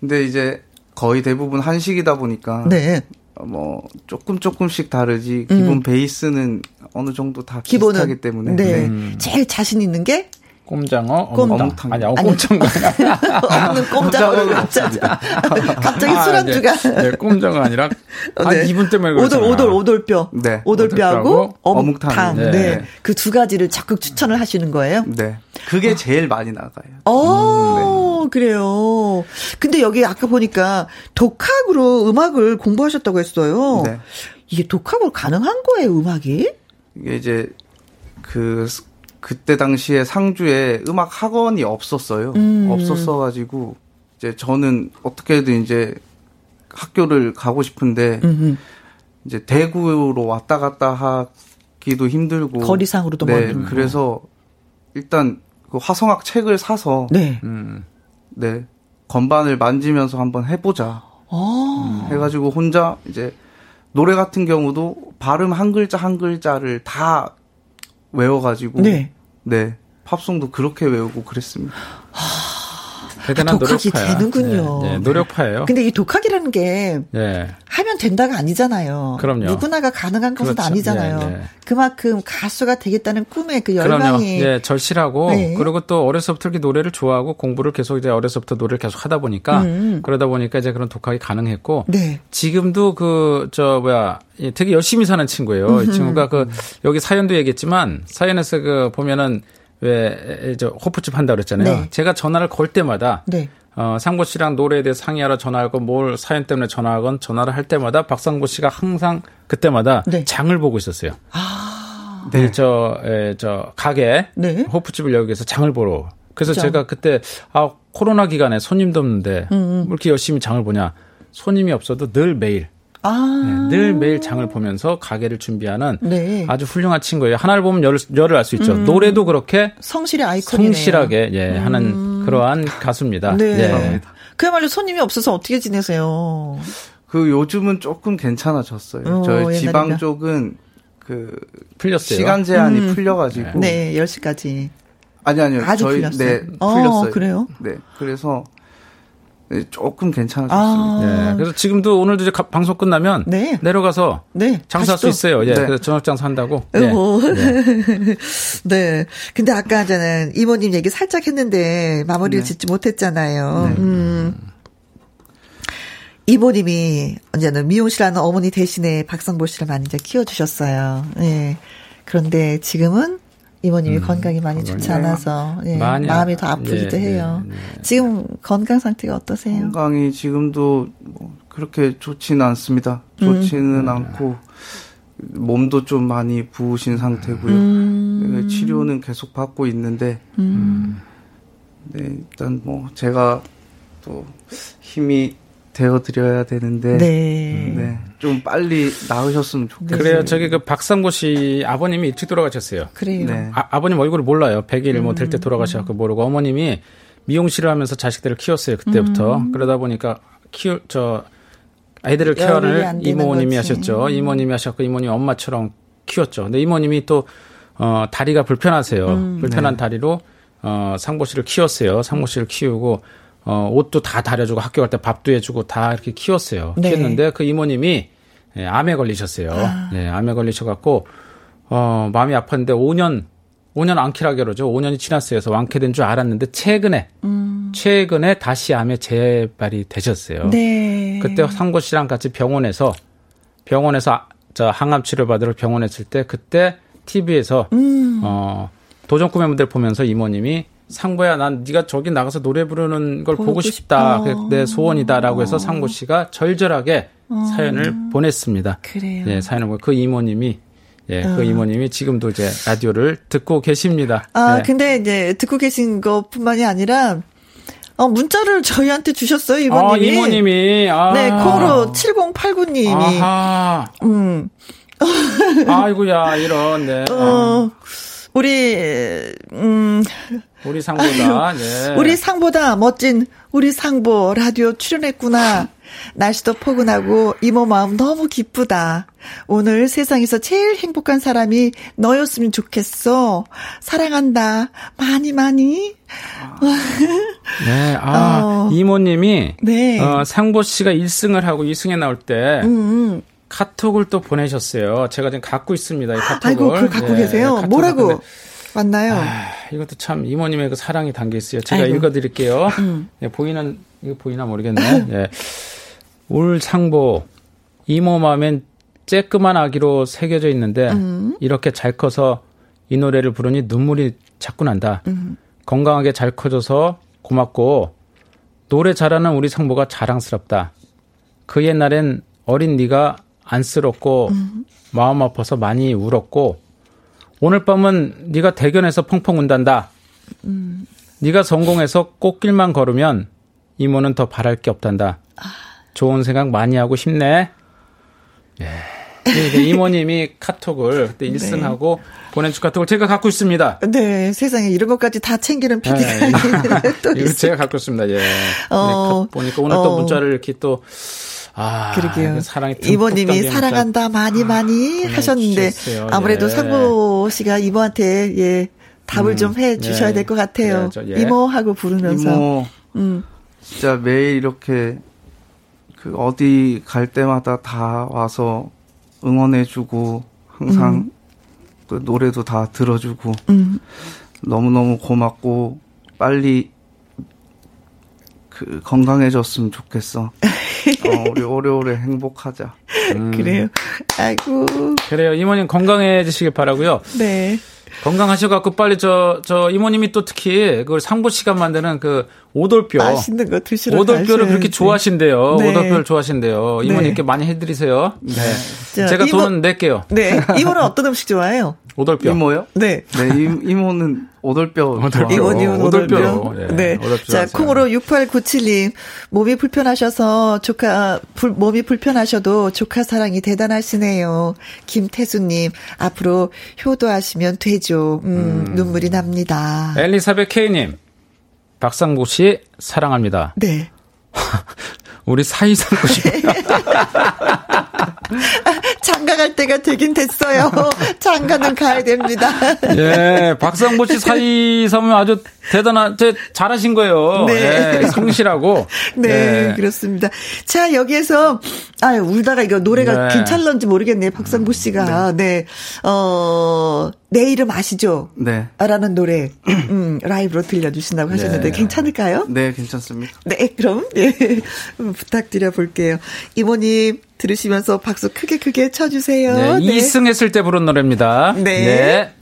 근데 이제 거의 대부분 한식이다 보니까
네.
어, 뭐 조금 조금씩 다르지 기본 베이스는 어느 정도 다
음. 기본은.
비슷하기 때문에
네.
네.
제일 자신 있는 게
꼼장어
꼼-
어묵탕 아니 어,
아니.
꼼장어
없는 꼼장어를 갑자기, 갑자기 술안주가.
아, 네. 네, 꼼장어 아니라 아,
네.
이분 때문에
오돌
그렇잖아요.
오돌 오돌뼈.
네.
오돌뼈하고
오돌뼈하고
어묵탕.
어묵탕.
네.
네.
그 두 가지를 적극 추천을 하시는 거예요.
네. 그게 제일 많이 나가요.
음,
어,
네.
그래요. 근데 여기 아까 보니까 독학으로 음악을 공부하셨다고 했어요.
네.
이게 독학으로 가능한 거예요, 음악이?
이게 이제 그 스- 그때 당시에 상주에 음악 학원이 없었어요.
음.
없었어 가지고 이제 저는 어떻게든 이제 학교를 가고 싶은데 이제 대구로 왔다 갔다 하기도 힘들고
거리상으로도
네,
멀고.
그래서 일단 그 화성학 책을
어,
사서
네.
네. 건반을 만지면서 한번 해보자.
아.
음, 해가지고 혼자 이제 노래 같은 경우도 발음 한 글자 한 글자를 다 외워가지고
네.
네. 팝송도 그렇게 외우고 그랬습니다.
대단한
아, 독학이
노력파예요.
되는군요.
네, 네, 노력파예요.
근데 이 독학이라는 게
예.
하면 된다가 아니잖아요.
그럼요.
누구나가 가능한 것은
그렇죠.
아니잖아요.
네, 네.
그만큼 가수가 되겠다는 꿈의 그
그럼요.
열망이
예, 절실하고
네.
그리고 또 어려서부터 이렇게 노래를 좋아하고 공부를 계속 이제 어려서부터 노래를 계속 하다 보니까 그러다 보니까 이제 그런 독학이 가능했고
음, 네. 지금도
지금도 그 저 뭐야 이 되게 열심히 사는 친구예요. 이 친구가
음.
그 여기 사연도 얘기했지만 사연에서 그 보면은 왜 저 호프집 한다 그랬잖아요.
네.
제가 전화를 걸 때마다
네.
어, 상고 씨랑 노래에 대해 상의하러 전화하고 뭘 사연 때문에 전화하건 전화를 할 때마다 박상고 씨가 항상 그때마다
네.
장을 보고 있었어요.
네.
이그 저, 에, 저, 가게,
네.
호프집을 여기에서 장을 보러. 그래서
그죠.
제가 그때, 아, 코로나 기간에 손님도 없는데,
음,
왜 이렇게 열심히 장을 보냐. 손님이 없어도 늘 매일, 네,
아,
늘 매일 장을 보면서 가게를 준비하는
네.
아주 훌륭한 친구예요. 하나를 보면 열을, 열을 알 수 있죠. 노래도 그렇게
성실의 아이콘이네요. 음.
성실하게, 예, 하는 그러한 가수입니다.
네.
예.
그야말로 손님이 없어서 어떻게 지내세요?
그 요즘은 조금 괜찮아졌어요.
어,
저희 지방
옛날이라.
쪽은 그
풀렸어요.
시간 제한이 풀려가지고
음. 네, 10시까지.
아니 아니요
아주
저희
풀렸어요?
네
어,
풀렸어요.
그래요?
네 그래서 네, 조금 괜찮아졌습니다.
아,
예, 그래서 지금도 오늘도 이제 가- 방송 끝나면
네.
내려가서
네.
장사할
다시 또.
수 있어요. 예,
네.
그래서 저녁 장사한다고. 네.
오. 뭐. <laughs> 네. 근데 아까 저는 이모님 얘기 살짝 했는데 마무리를
네.
짓지 못했잖아요. 음. 이모님이 언제는 미용실하는 어머니 대신에 박성보 씨를 많이 이제 키워주셨어요. 예. 그런데 지금은 이모님이 건강이 많이 좋지 않아서 예.
많이
마음이
아-
더 아프기도
예, 예,
해요. 지금 건강 상태가 어떠세요?
건강이 지금도 뭐 그렇게 좋지는 않습니다. 좋지는 않고 몸도 좀 많이 부으신 상태고요. 네, 치료는 계속 받고 있는데 네, 일단 뭐 제가 또 힘이 되어 드려야 되는데
네.
네, 좀 빨리 나으셨으면 좋겠어요.
그래요. 저기 그 박상고 씨 아버님이 일찍 돌아가셨어요.
그래요.
네.
아, 아버님 얼굴을 몰라요. 100일 뭐 될 때 돌아가셔서 모르고 어머님이 미용실을 하면서 자식들을 키웠어요. 그때부터. 그러다 보니까 키울 저 아이들을
열이 안
케어를
되는
이모님이
거지. 음.
하셨죠. 이모님이 하셨고 이모님 엄마처럼 키웠죠. 근데 이모님이 또 어, 다리가 불편하세요.
음.
불편한 다리로 어, 상보 씨를 키웠어요. 상보 씨를 키우고 어, 옷도 다 다려주고 학교 갈 때 밥도 해주고 다 이렇게 키웠어요.
네.
키웠는데 그 이모님이 예, 암에 걸리셨어요.
아.
예, 암에 걸리셔갖고 어, 마음이 아팠는데 5년 5년 안키라 그러죠. 5년이 지났어요. 그래서 완쾌된 줄 알았는데 최근에 최근에 다시 암에 재발이 되셨어요.
음. 네.
그때 상고 씨랑 같이 병원에서 병원에서 아- 저 항암 치료 받으러 병원에 있을 때 그때 TV에서
음.
어 도전 꿈의 무대를 보면서 이모님이 상고야 난 네가 저기 나가서 노래 부르는 걸 보고
보고
싶다.
싶다. 어.
그게 내 소원이다라고 해서 상고 씨가 절절하게 사연을 보냈습니다.
그래요. 어.
예, 사연을 보고 그 이모님이 예, 그 이모님이 지금도 이제 라디오를 듣고 계십니다.
아,
예.
근데 이제 듣고 계신 것뿐만이 아니라 어, 문자를 저희한테 주셨어요,
아,
이모님이.
이모님이 아.
네, 콩으로 7089님이.
아하.
음.
아이고야 이런 네. 아,
어, 우리 음,
우리 상보다 네.
우리 상보다 멋진 우리 상보 라디오
<laughs>
출연했구나. 날씨도 포근하고 이모 마음 너무 기쁘다. 오늘 세상에서 제일 행복한 사람이 너였으면 좋겠어. 사랑한다. 많이 많이. <laughs>
네. 아,
어.
이모님이
네.
어, 상보 씨가 1승을 하고 2승에 나올 때
음.
카톡을 또 보내셨어요. 제가 지금 갖고 있습니다. 이 카톡을.
아이고 그걸 갖고
예,
계세요.
카톡을 갖고
뭐라고
있는데,
맞나요?
아, 이것도 참 이모님의 그 사랑이 담겨 있어요. 제가
아이고. 음.
읽어 드릴게요. 예, 보이는 이거 보이나 모르겠네. 예. 울 상보 이모 마음엔 쬐끄만 아기로 새겨져 있는데
음.
이렇게 잘 커서 이 노래를 부르니 눈물이 자꾸 난다.
음.
건강하게 잘 커져서 고맙고 노래 잘하는 우리 상보가 자랑스럽다. 그 옛날엔 어린 네가 안쓰럽고 마음 아파서 많이 울었고 오늘 밤은 네가 대견해서 펑펑 운단다. 네가 성공해서 꽃길만 걸으면 이모는 더 바랄 게 없단다. 좋은 생각 많이 하고 싶네. 예. 이제 이모님이 <laughs> 카톡을 그때 일승하고 보낸 주 카톡을 제가 갖고 있습니다.
네, 세상에 이런 것까지 다 챙기는
예,
PD가
예.
<laughs> 또
이거
있어요.
제가 갖고 있습니다. 예.
어,
네, 그 보니까 오늘
어.
또 문자를 이렇게 또 아,
그러게요.
이거 사랑이 듬뿍
이모님이
담긴 문자.
사랑한다 많이 많이 하셨는데
보내주셨어요.
아무래도
예.
상보 씨가 이모한테 예 답을 좀 해 주셔야
예.
될 것 같아요.
그래야죠. 예.
이모 하고 부르면서
이모
음.
진짜 매일 이렇게 그 어디 갈 때마다 다 와서 응원해주고 항상 그 노래도 다 들어주고
음.
너무너무 고맙고 빨리 그 건강해졌으면
<laughs>
좋겠어. 어, 우리 오래오래 행복하자.
음.
그래요. 아이고
그래요. 이모님 건강해지시길 바라고요.
네.
건강하셔갖고 빨리 저, 저 이모님이 또 특히 그 상보 씨가 만드는 그 오돌뼈.
맛있는 거 드시러
오돌뼈를 그렇게
가셔야지.
좋아하신대요.
네.
오돌뼈를 좋아하신대요.
네.
이모님께 많이 해드리세요. 네.
자,
제가
이모-
돈 낼게요.
네. 이모는 어떤 음식 좋아해요?
오돌뼈.
이모요?
네.
네, 이, 모는 오돌뼈
오돌뼈.
좋아하고
이원 이원
오돌뼈로.
오돌뼈.
예,
네.
오돌뼈로
자,
하세요.
콩으로 6897님. 몸이 불편하셔서 조카, 불- 몸이 불편하셔도 조카 사랑이 대단하시네요. 김태수님. 앞으로 효도하시면 되죠. 음, 눈물이 납니다.
엘리사벳 K님. 박상국 씨 사랑합니다.
네.
우리
<laughs>
사이상고 씨.
장가 갈 때가 되긴
<laughs>
됐어요. 장가는 가야 됩니다.
예, 박상보 씨 사이 삼은 아주 대단한, 제- 잘하신 거예요.
네.
예, 성실하고.
네,
예.
그렇습니다. 자, 여기에서, 아 울다가 이거 노래가
네.
괜찮은지 모르겠네요. 박상구 씨가. 네. 어, 내 이름 아시죠?
네.
라는 노래 <clears throat> 음, 라이브로 들려주신다고 하셨는데 괜찮을까요?
네, 괜찮습니다.
네, 그럼 예, 부탁드려 볼게요. 이모님 들으시면서 박수 크게 크게 쳐주세요.
네, 이승 했을 때 부른 노래입니다.
네.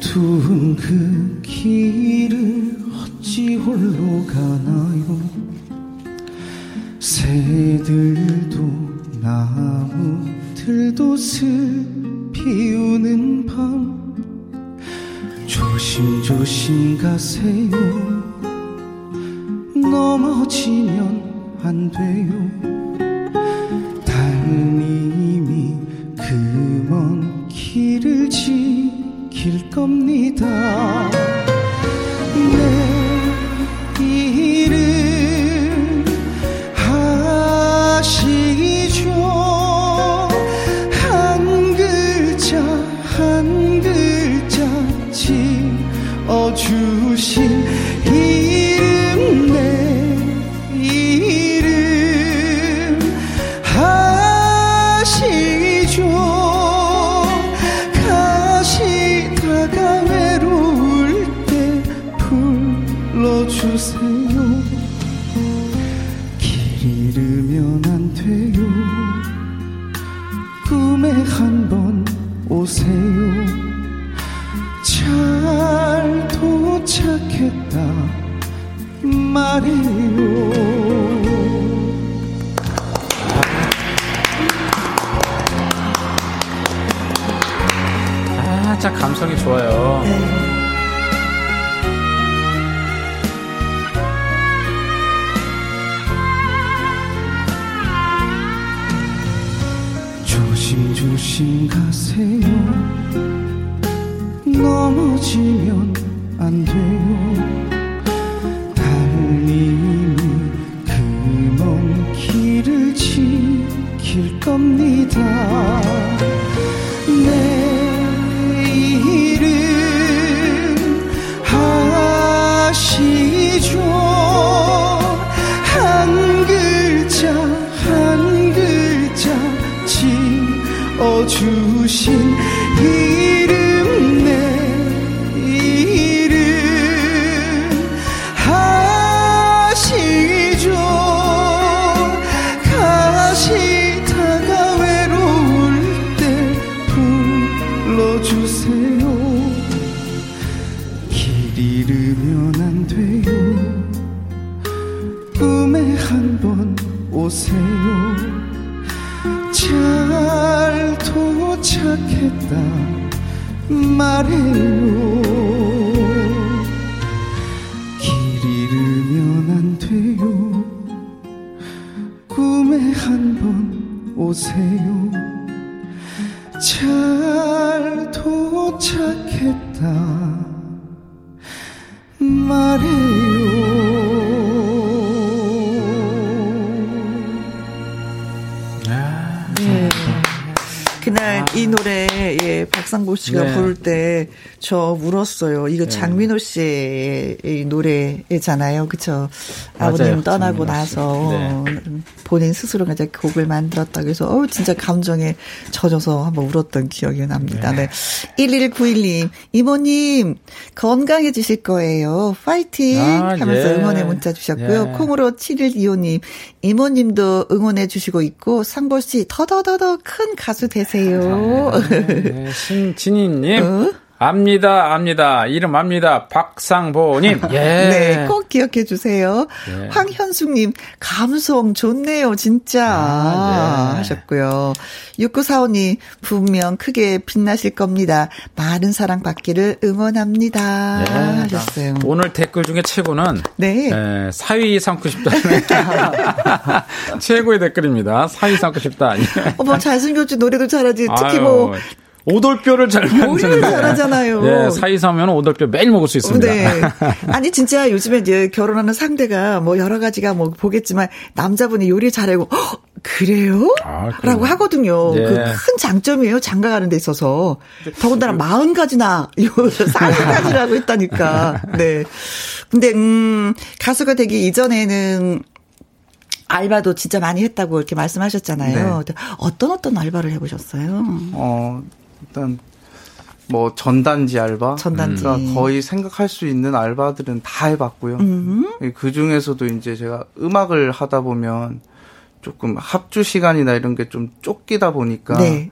두운 그 길을 어찌 홀로 가나요 새들도 나무들도 슬 피우는 밤 조심조심 가세요 넘어지면 안 돼요 달님이 그 먼 길을 지킬 겁니다. 내 이름 불러 주신 이름 내 이름 하시죠 가시다가 외로울 때 불러주세요 길 잃으면 안 돼요 꿈에 한 번 오세요. 잘 도착했다 말이요.
아, 참 감성이 좋아요.
조심조심 가세요. 넘어지면 안 돼요. 달님이 그 먼 길을 지킬 겁니다. 내 이름 하시죠. 한 글자 한 글자 지어 주신 이름 내 이름 하시죠 가시다가 외로울 때 불러주세요 길 잃으면 안 돼요 꿈에 한 번 오세요 잘 도착했다 말해요 길 잃으면 안 돼요 꿈에 한 번 오세요 잘 도착했다 말해요
그날 이 노래 예 박상보 씨가
아. 네.
부를 때 저 울었어요. 이거 장민호 씨의 이 노래잖아요. 그쵸
맞아요.
아버님 떠나고
장민호 씨. 네.
나서 본인 스스로가 이제 곡을 만들었다 그래서 어 진짜 감정에 젖어서 한번 울었던 기억이 납니다. 네. 1191님 이모님 건강해지실 거예요. 파이팅
아,
하면서
예.
응원의 문자 주셨고요.
예.
콩으로 7125님 이모님도 응원해 주시고 있고 상보 씨 더더더더 큰 가수 되세요.
네, 신진희님.
어?
압니다, 압니다. 이름
<laughs>
압니다. 박상보님. 예.
<laughs> 네, 꼭 기억해 주세요.
네.
황현숙님, 감성 좋네요, 진짜.
아, 네.
하셨고요. 6945님, 분명 크게 빛나실 겁니다. 많은 사랑 받기를 응원합니다.
예.
하셨어요.
오늘 댓글 중에 최고는
네.
에, 사위 삼고 싶다는 <laughs> 최고의 댓글입니다. 사위 삼고 싶다.
어머, 잘생겼지, 노래도 잘하지. 네, 특히 뭐,
아. 아유, 오돌뼈를 잘 만드는데.
잘하잖아요.
예, 사위 삼으면 오돌뼈 매일 먹을 수 있습니다.
네. 아니 진짜 요즘에 이제 결혼하는 상대가 뭐 여러 가지가 뭐 보겠지만 남자분이 요리 잘하고 "헉, 그래요?
아, 그래요?
라고 하거든요.
예.
그 큰 장점이에요. 장가가는 데 있어서 더군다나 마흔 가지나
<laughs>
쌍 가지라고 했다니까. 네. 근데 음 가수가 되기 이전에는 알바도 진짜 많이 했다고 이렇게
네.
말씀하셨잖아요. 어떤 어떤 알바를 해보셨어요?
아,
어, 일단 뭐 전단지 알바,
전단지.
그러니까 거의 생각할 수 있는 알바들은 다 해봤고요.
음.
그 중에서도 이제 제가 음악을 하다 보면 조금 합주 시간이나 이런 게 좀 쫓기다 보니까
네.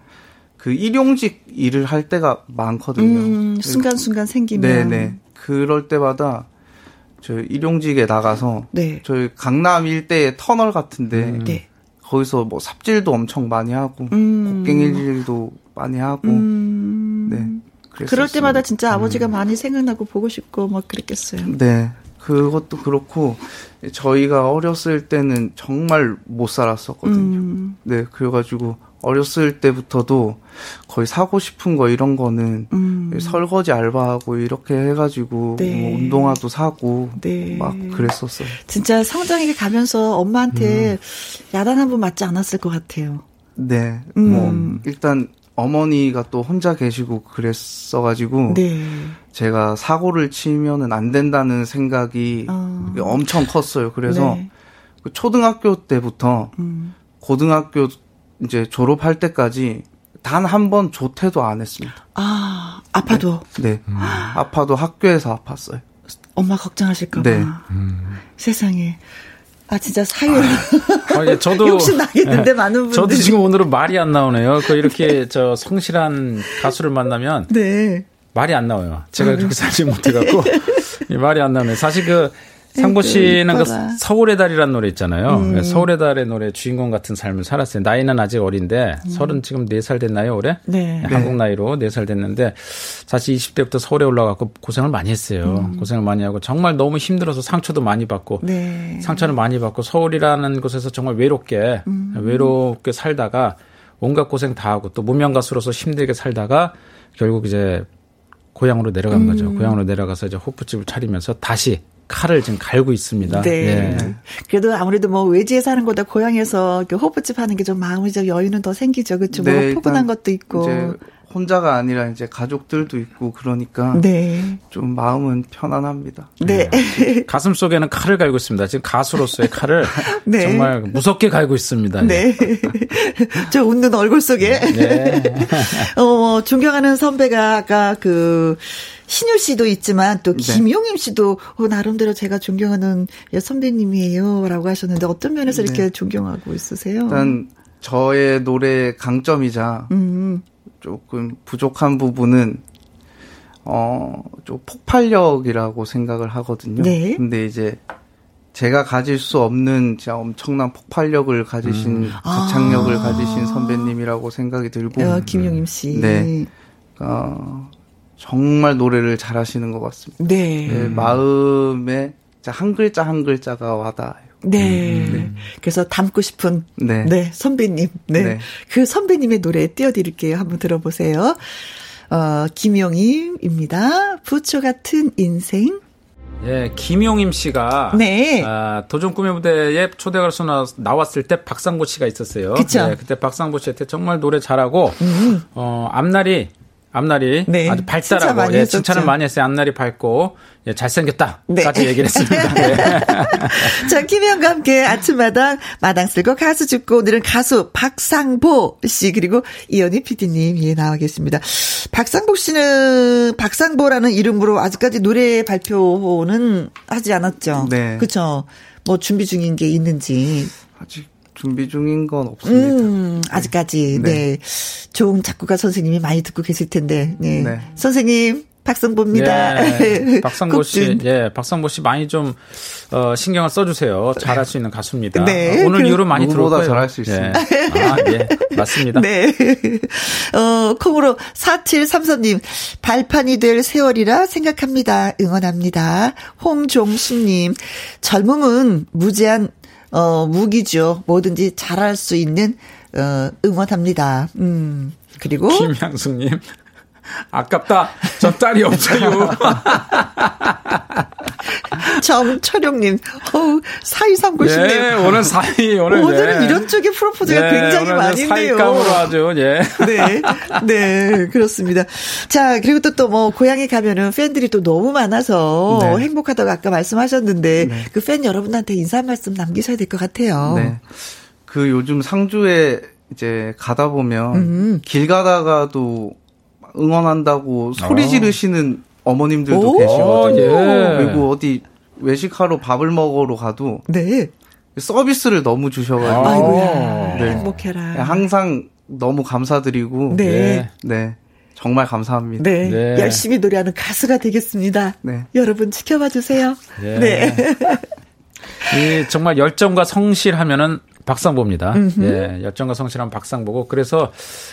그 일용직 일을 할 때가 많거든요.
음, 순간순간 생기면.
네네. 그럴 때마다 저 일용직에 나가서
네.
저희 강남 일대의 터널 같은데
음.
네.
거기서 뭐 삽질도 엄청 많이 하고
음.
곡괭이질도 많이 하고 네.
음. 그럴
그랬었어요.
때마다 진짜 아버지가 많이 생각나고 보고 싶고 막 그랬겠어요.
네. 그것도 그렇고 저희가 어렸을 때는 정말 못 살았었거든요.
음.
네. 그래가지고 어렸을 때부터도 거의 사고 싶은 거 이런 거는 설거지 알바하고 이렇게 해가지고
음. 네.
뭐 운동화도 사고
네.
막 그랬었어요.
진짜 성장이 가면서 엄마한테 야단 한 번 맞지 않았을 것 같아요.
네.
음.
뭐 일단 어머니가 또 혼자 계시고 그랬어가지고
네.
제가 사고를 치면은 안 된다는 생각이
아.
엄청 컸어요. 그래서
네. 음.
그 초등학교 때부터 고등학교 이제 졸업할 때까지 단 한 번 조퇴도 안 했습니다.
아, 아파도
네. 아파도 학교에서 아팠어요.
엄마 걱정하실까봐.
네.
세상에. 아, 진짜 사유를.
아, 예,
<laughs>
저도
욕심 나겠는데,
예.
많은 분들이.
<laughs> 저도 지금 오늘은 말이 안 나오네요. 그 이렇게 저 성실한 가수를 만나면
네.
말이 안 나와요. 제가
음.
그렇게 살지
<laughs>
못해갖고 이 말이 안 나오네. 사실 그 상고
아이고,
씨는 그
이뻐라. 음.
서울의 달이라는 노래 있잖아요. 그 서울의 달의 노래 주인공 같은 삶을 살았어요. 나이는 아직 어린데 서른 지금 네 살 됐나요 올해?
음. 네.
네, 한국 나이로 네 살 됐는데 사실 20대부터 서울에 올라가고 고생을 많이 했어요. 고생을 많이 하고 정말 너무 힘들어서 상처도 많이 받고
음. 네.
상처를 많이 받고 서울이라는 곳에서 정말 외롭게
음.
외롭게 살다가 온갖 고생 다 하고 또 무명 가수로서 힘들게 살다가 결국 이제 고향으로 내려간 거죠.
음.
고향으로 내려가서 이제 호프집을 차리면서 다시 칼을 지금 갈고 있습니다.
네.
예.
그래도 아무래도 뭐 외지에 사는 것보다 고향에서 그 호프집 하는 게 좀 마음의적 여유는 더 생기죠. 그쵸? 뭐 포근한
네, 일단
것도 있고.
이제 혼자가 아니라 이제 가족들도 있고 그러니까
네.
좀 마음은 편안합니다.
네.
예. 가슴 속에는 칼을 갈고 있습니다. 지금 가수로서의 칼을
<laughs> 네.
정말 무섭게 갈고 있습니다. 예.
네. <laughs> 저 웃는 얼굴 속에.
네.
<laughs> 어, 존경하는 선배가 아까 그 신유 씨도 있지만 또 김용임 씨도 어, 나름대로 제가 존경하는 예, 선배님이에요라고 하셨는데 어떤 면에서 이렇게 존경하고 있으세요?
일단 저의 노래 강점이자
음,
조금 부족한 부분은 어좀 폭발력이라고 생각을 하거든요.
네.
근데 이제 제가 가질 수 없는 진짜 엄청난 폭발력을 가지신
음.
가창력을 가지신 선배님이라고 생각이 들고
어, 아. 김용임 씨.
음, 네. 어, 정말 노래를 잘하시는 것 같습니다.
네.
네, 마음에 진짜 한 글자 한 글자가 와닿아요.
네. 그래서 닮고 싶은 네,
네.
선배님. 네.
네.
그 선배님의 노래 띄워 드릴게요. 한번 들어보세요. 어, 김용임입니다. 부초 같은 인생.
예, 김용임 씨가
네.
아, 도전 꿈의 무대에 초대 가수 나- 나왔을 때 박상보 씨가 있었어요.
그쵸. 음.
예, 그때 박상보 씨한테 정말 노래 잘하고 어, 앞날이 앞날이
네.
아주
칭찬
발달하고
많이
예,
했었죠.
칭찬을 많이 했어요. 앞날이 밝고 예,
네.
잘생겼다까지 얘기를 했습니다.
<laughs>
예.
자, 김희영과 함께 아침마당 마당 쓸고 가수 죽고 오늘은 가수 박상보 씨 그리고 이현희 PD님 예 나와 계십니다. 박상보 씨는 박상보라는 이름으로 아직까지 노래 발표는 하지 않았죠.
네.
그렇죠. 뭐 준비 중인 게 있는지.
아직 준비 중인 건 없습니다.
음, 아직까지 네.
네.
좋은 작곡가 선생님이 많이 듣고 계실 텐데. 네.
네.
선생님 박상보입니다. <laughs>
예, 박상보 씨,
꼭 좀-
예, 박상보 씨 많이 좀 어, 신경을 써주세요. 잘할 수 있는 가수입니다.
네,
어, 오늘
그-
이후로 많이 들어올
누구보다
거예요.
잘할 수 있습니다.
예. 아, 예, 맞습니다.
네. <laughs> 어, 콩으로 4733님, 발판이 될 세월이라 생각합니다. 응원합니다. 홍종수님, 젊음은 무제한, 어, 무기죠. 뭐든지 잘할 수 있는, 어, 응원합니다. 음. 그리고,
<laughs> 김향숙님. 아깝다. 저 딸이
<laughs>
없어요.
정철용님, 어우, 4239시네요.
예, 오늘 사이 오늘
오늘은
예.
이런 쪽의 프로포즈가 굉장히
오늘
많이
이제
있네요.
사이감으로 아주 예.
네. 네. 그렇습니다. 자, 그리고 또 또 뭐, 고향에 가면은 팬들이 또 너무 많아서
네.
행복하다고 아까 말씀하셨는데, 그 팬 여러분한테 인사 한 말씀 남기셔야 될 것 같아요.
네. 그 요즘 상주에 이제 가다 보면
음.
길 가다가도 응원한다고 소리 지르시는 어머님들도
아. 오, 아,
계시거든요.
예.
그리고 어디 외식하러 밥을 먹으러 가도
네.
서비스를 너무 주셔가지고
아이고야.
네.
행복해라.
항상 너무 감사드리고
네.
예.
네. 정말 감사합니다.
네.
네.
열심히 노래하는 가수가 되겠습니다.
네.
여러분 지켜봐 주세요.
예.
네.
이 정말 열정과 성실하면은 박상보입니다. 예, 열정과 성실하면 박상보고 그래서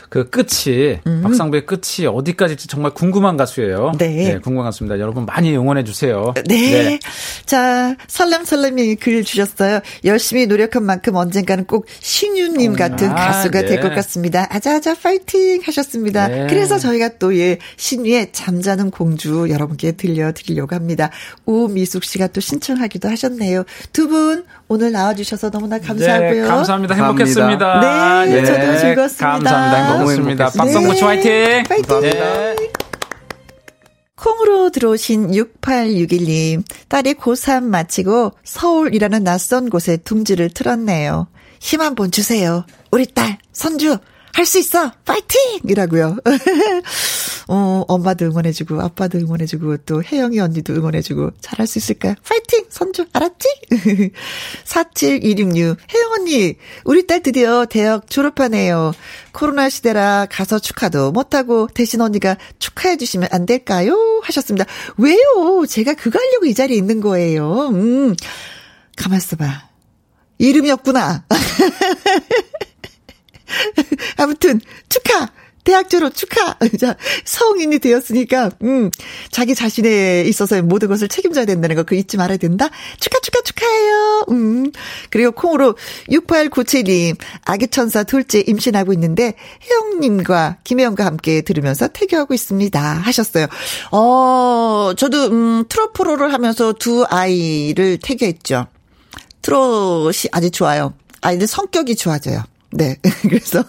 그 끝이 박상보의 끝이 어디까지일지 정말 궁금한 가수예요.
음. 네.
예, 궁금한 가수입니다. 여러분 많이 응원해 주세요.
네. 자, 설렘설렘이 글 주셨어요. 열심히 노력한 만큼 언젠가는 꼭 신유님 같은
아,
가수가
네.
될 것 같습니다. 아자아자 파이팅 하셨습니다.
네.
그래서 저희가 또, 예, 신유의 잠자는 공주 여러분께 들려드리려고 합니다. 우미숙 씨가 또 신청하기도 하셨네요. 두 분 오늘 나와주셔서 너무나 감사하고요.
네,
같아요.
감사합니다.
감사합니다.
행복했습니다.
네, 저도 즐거웠습니다.
감사합니다. 행복했습니다.
너무
박성구치 화이팅!
파이팅!
네.
콩으로 들어오신 6861님. 딸이 고3 마치고 서울이라는 낯선 곳에 둥지를 틀었네요. 힘 한 번 주세요. 우리 딸, 선주, 할 수 있어! 파이팅! 이라고요. <laughs> 어, 엄마도 응원해주고, 아빠도 응원해주고, 또 혜영이 언니도 응원해주고, 잘할 수 있을까요? 파이팅! 선주, 알았지? <laughs> 47166. 혜영 언니, 우리 딸 드디어 대학 졸업하네요. 코로나 시대라 가서 축하도 못하고, 대신 언니가 축하해주시면 안 될까요? 하셨습니다. 왜요? 제가 그거 하려고 이 자리에 있는 거예요. 음, 가만있어봐. 이름이 없구나. <laughs> 아무튼 축하. 대학 졸업 축하. <laughs> 자, 성인이 되었으니까 음. 자기 자신에 있어서 의 모든 것을 책임져야 된다는 거 그 잊지 말아야 된다. 축하 축하 축하해요. 음. 그리고 콩으로 6897님 아기 천사 둘째 임신하고 있는데 혜영 님과 김혜영과 함께 들으면서 태교하고 있습니다. 하셨어요. 어, 저도 음 트로프로를 하면서 두 아이를 태교했죠. 트롯이 아주 좋아요. 아이들 성격이 좋아져요. 네. <laughs> 그래서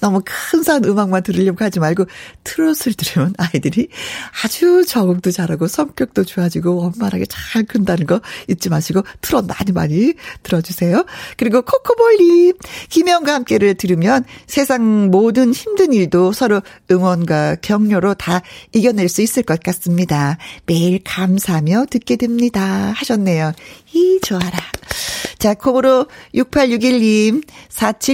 너무 큰산 음악만 들으려고 하지 말고 트롯을 들으면 아이들이 아주 적응도 잘하고 성격도 좋아지고 원만하게 잘 큰다는 거 잊지 마시고 트롯 많이 많이 들어주세요. 그리고 코코볼님, 김혜영과 함께를 들으면 세상 모든 힘든 일도 서로 응원과 격려로 다 이겨낼 수 있을 것 같습니다. 매일 감사하며 듣게 됩니다. 하셨네요. 이 좋아라. 자, 콩으로 6861님,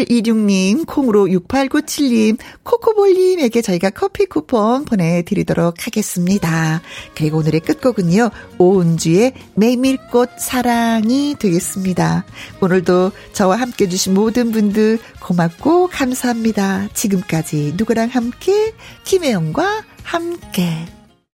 4726님, 콩으로 6897님, 코코볼님에게 저희가 커피 쿠폰 보내드리도록 하겠습니다. 그리고 오늘의 끝곡은요, 오은주의 메밀꽃 사랑이 되겠습니다. 오늘도 저와 함께 해주신 모든 분들 고맙고 감사합니다. 지금까지 누구랑 함께, 김혜영과 함께.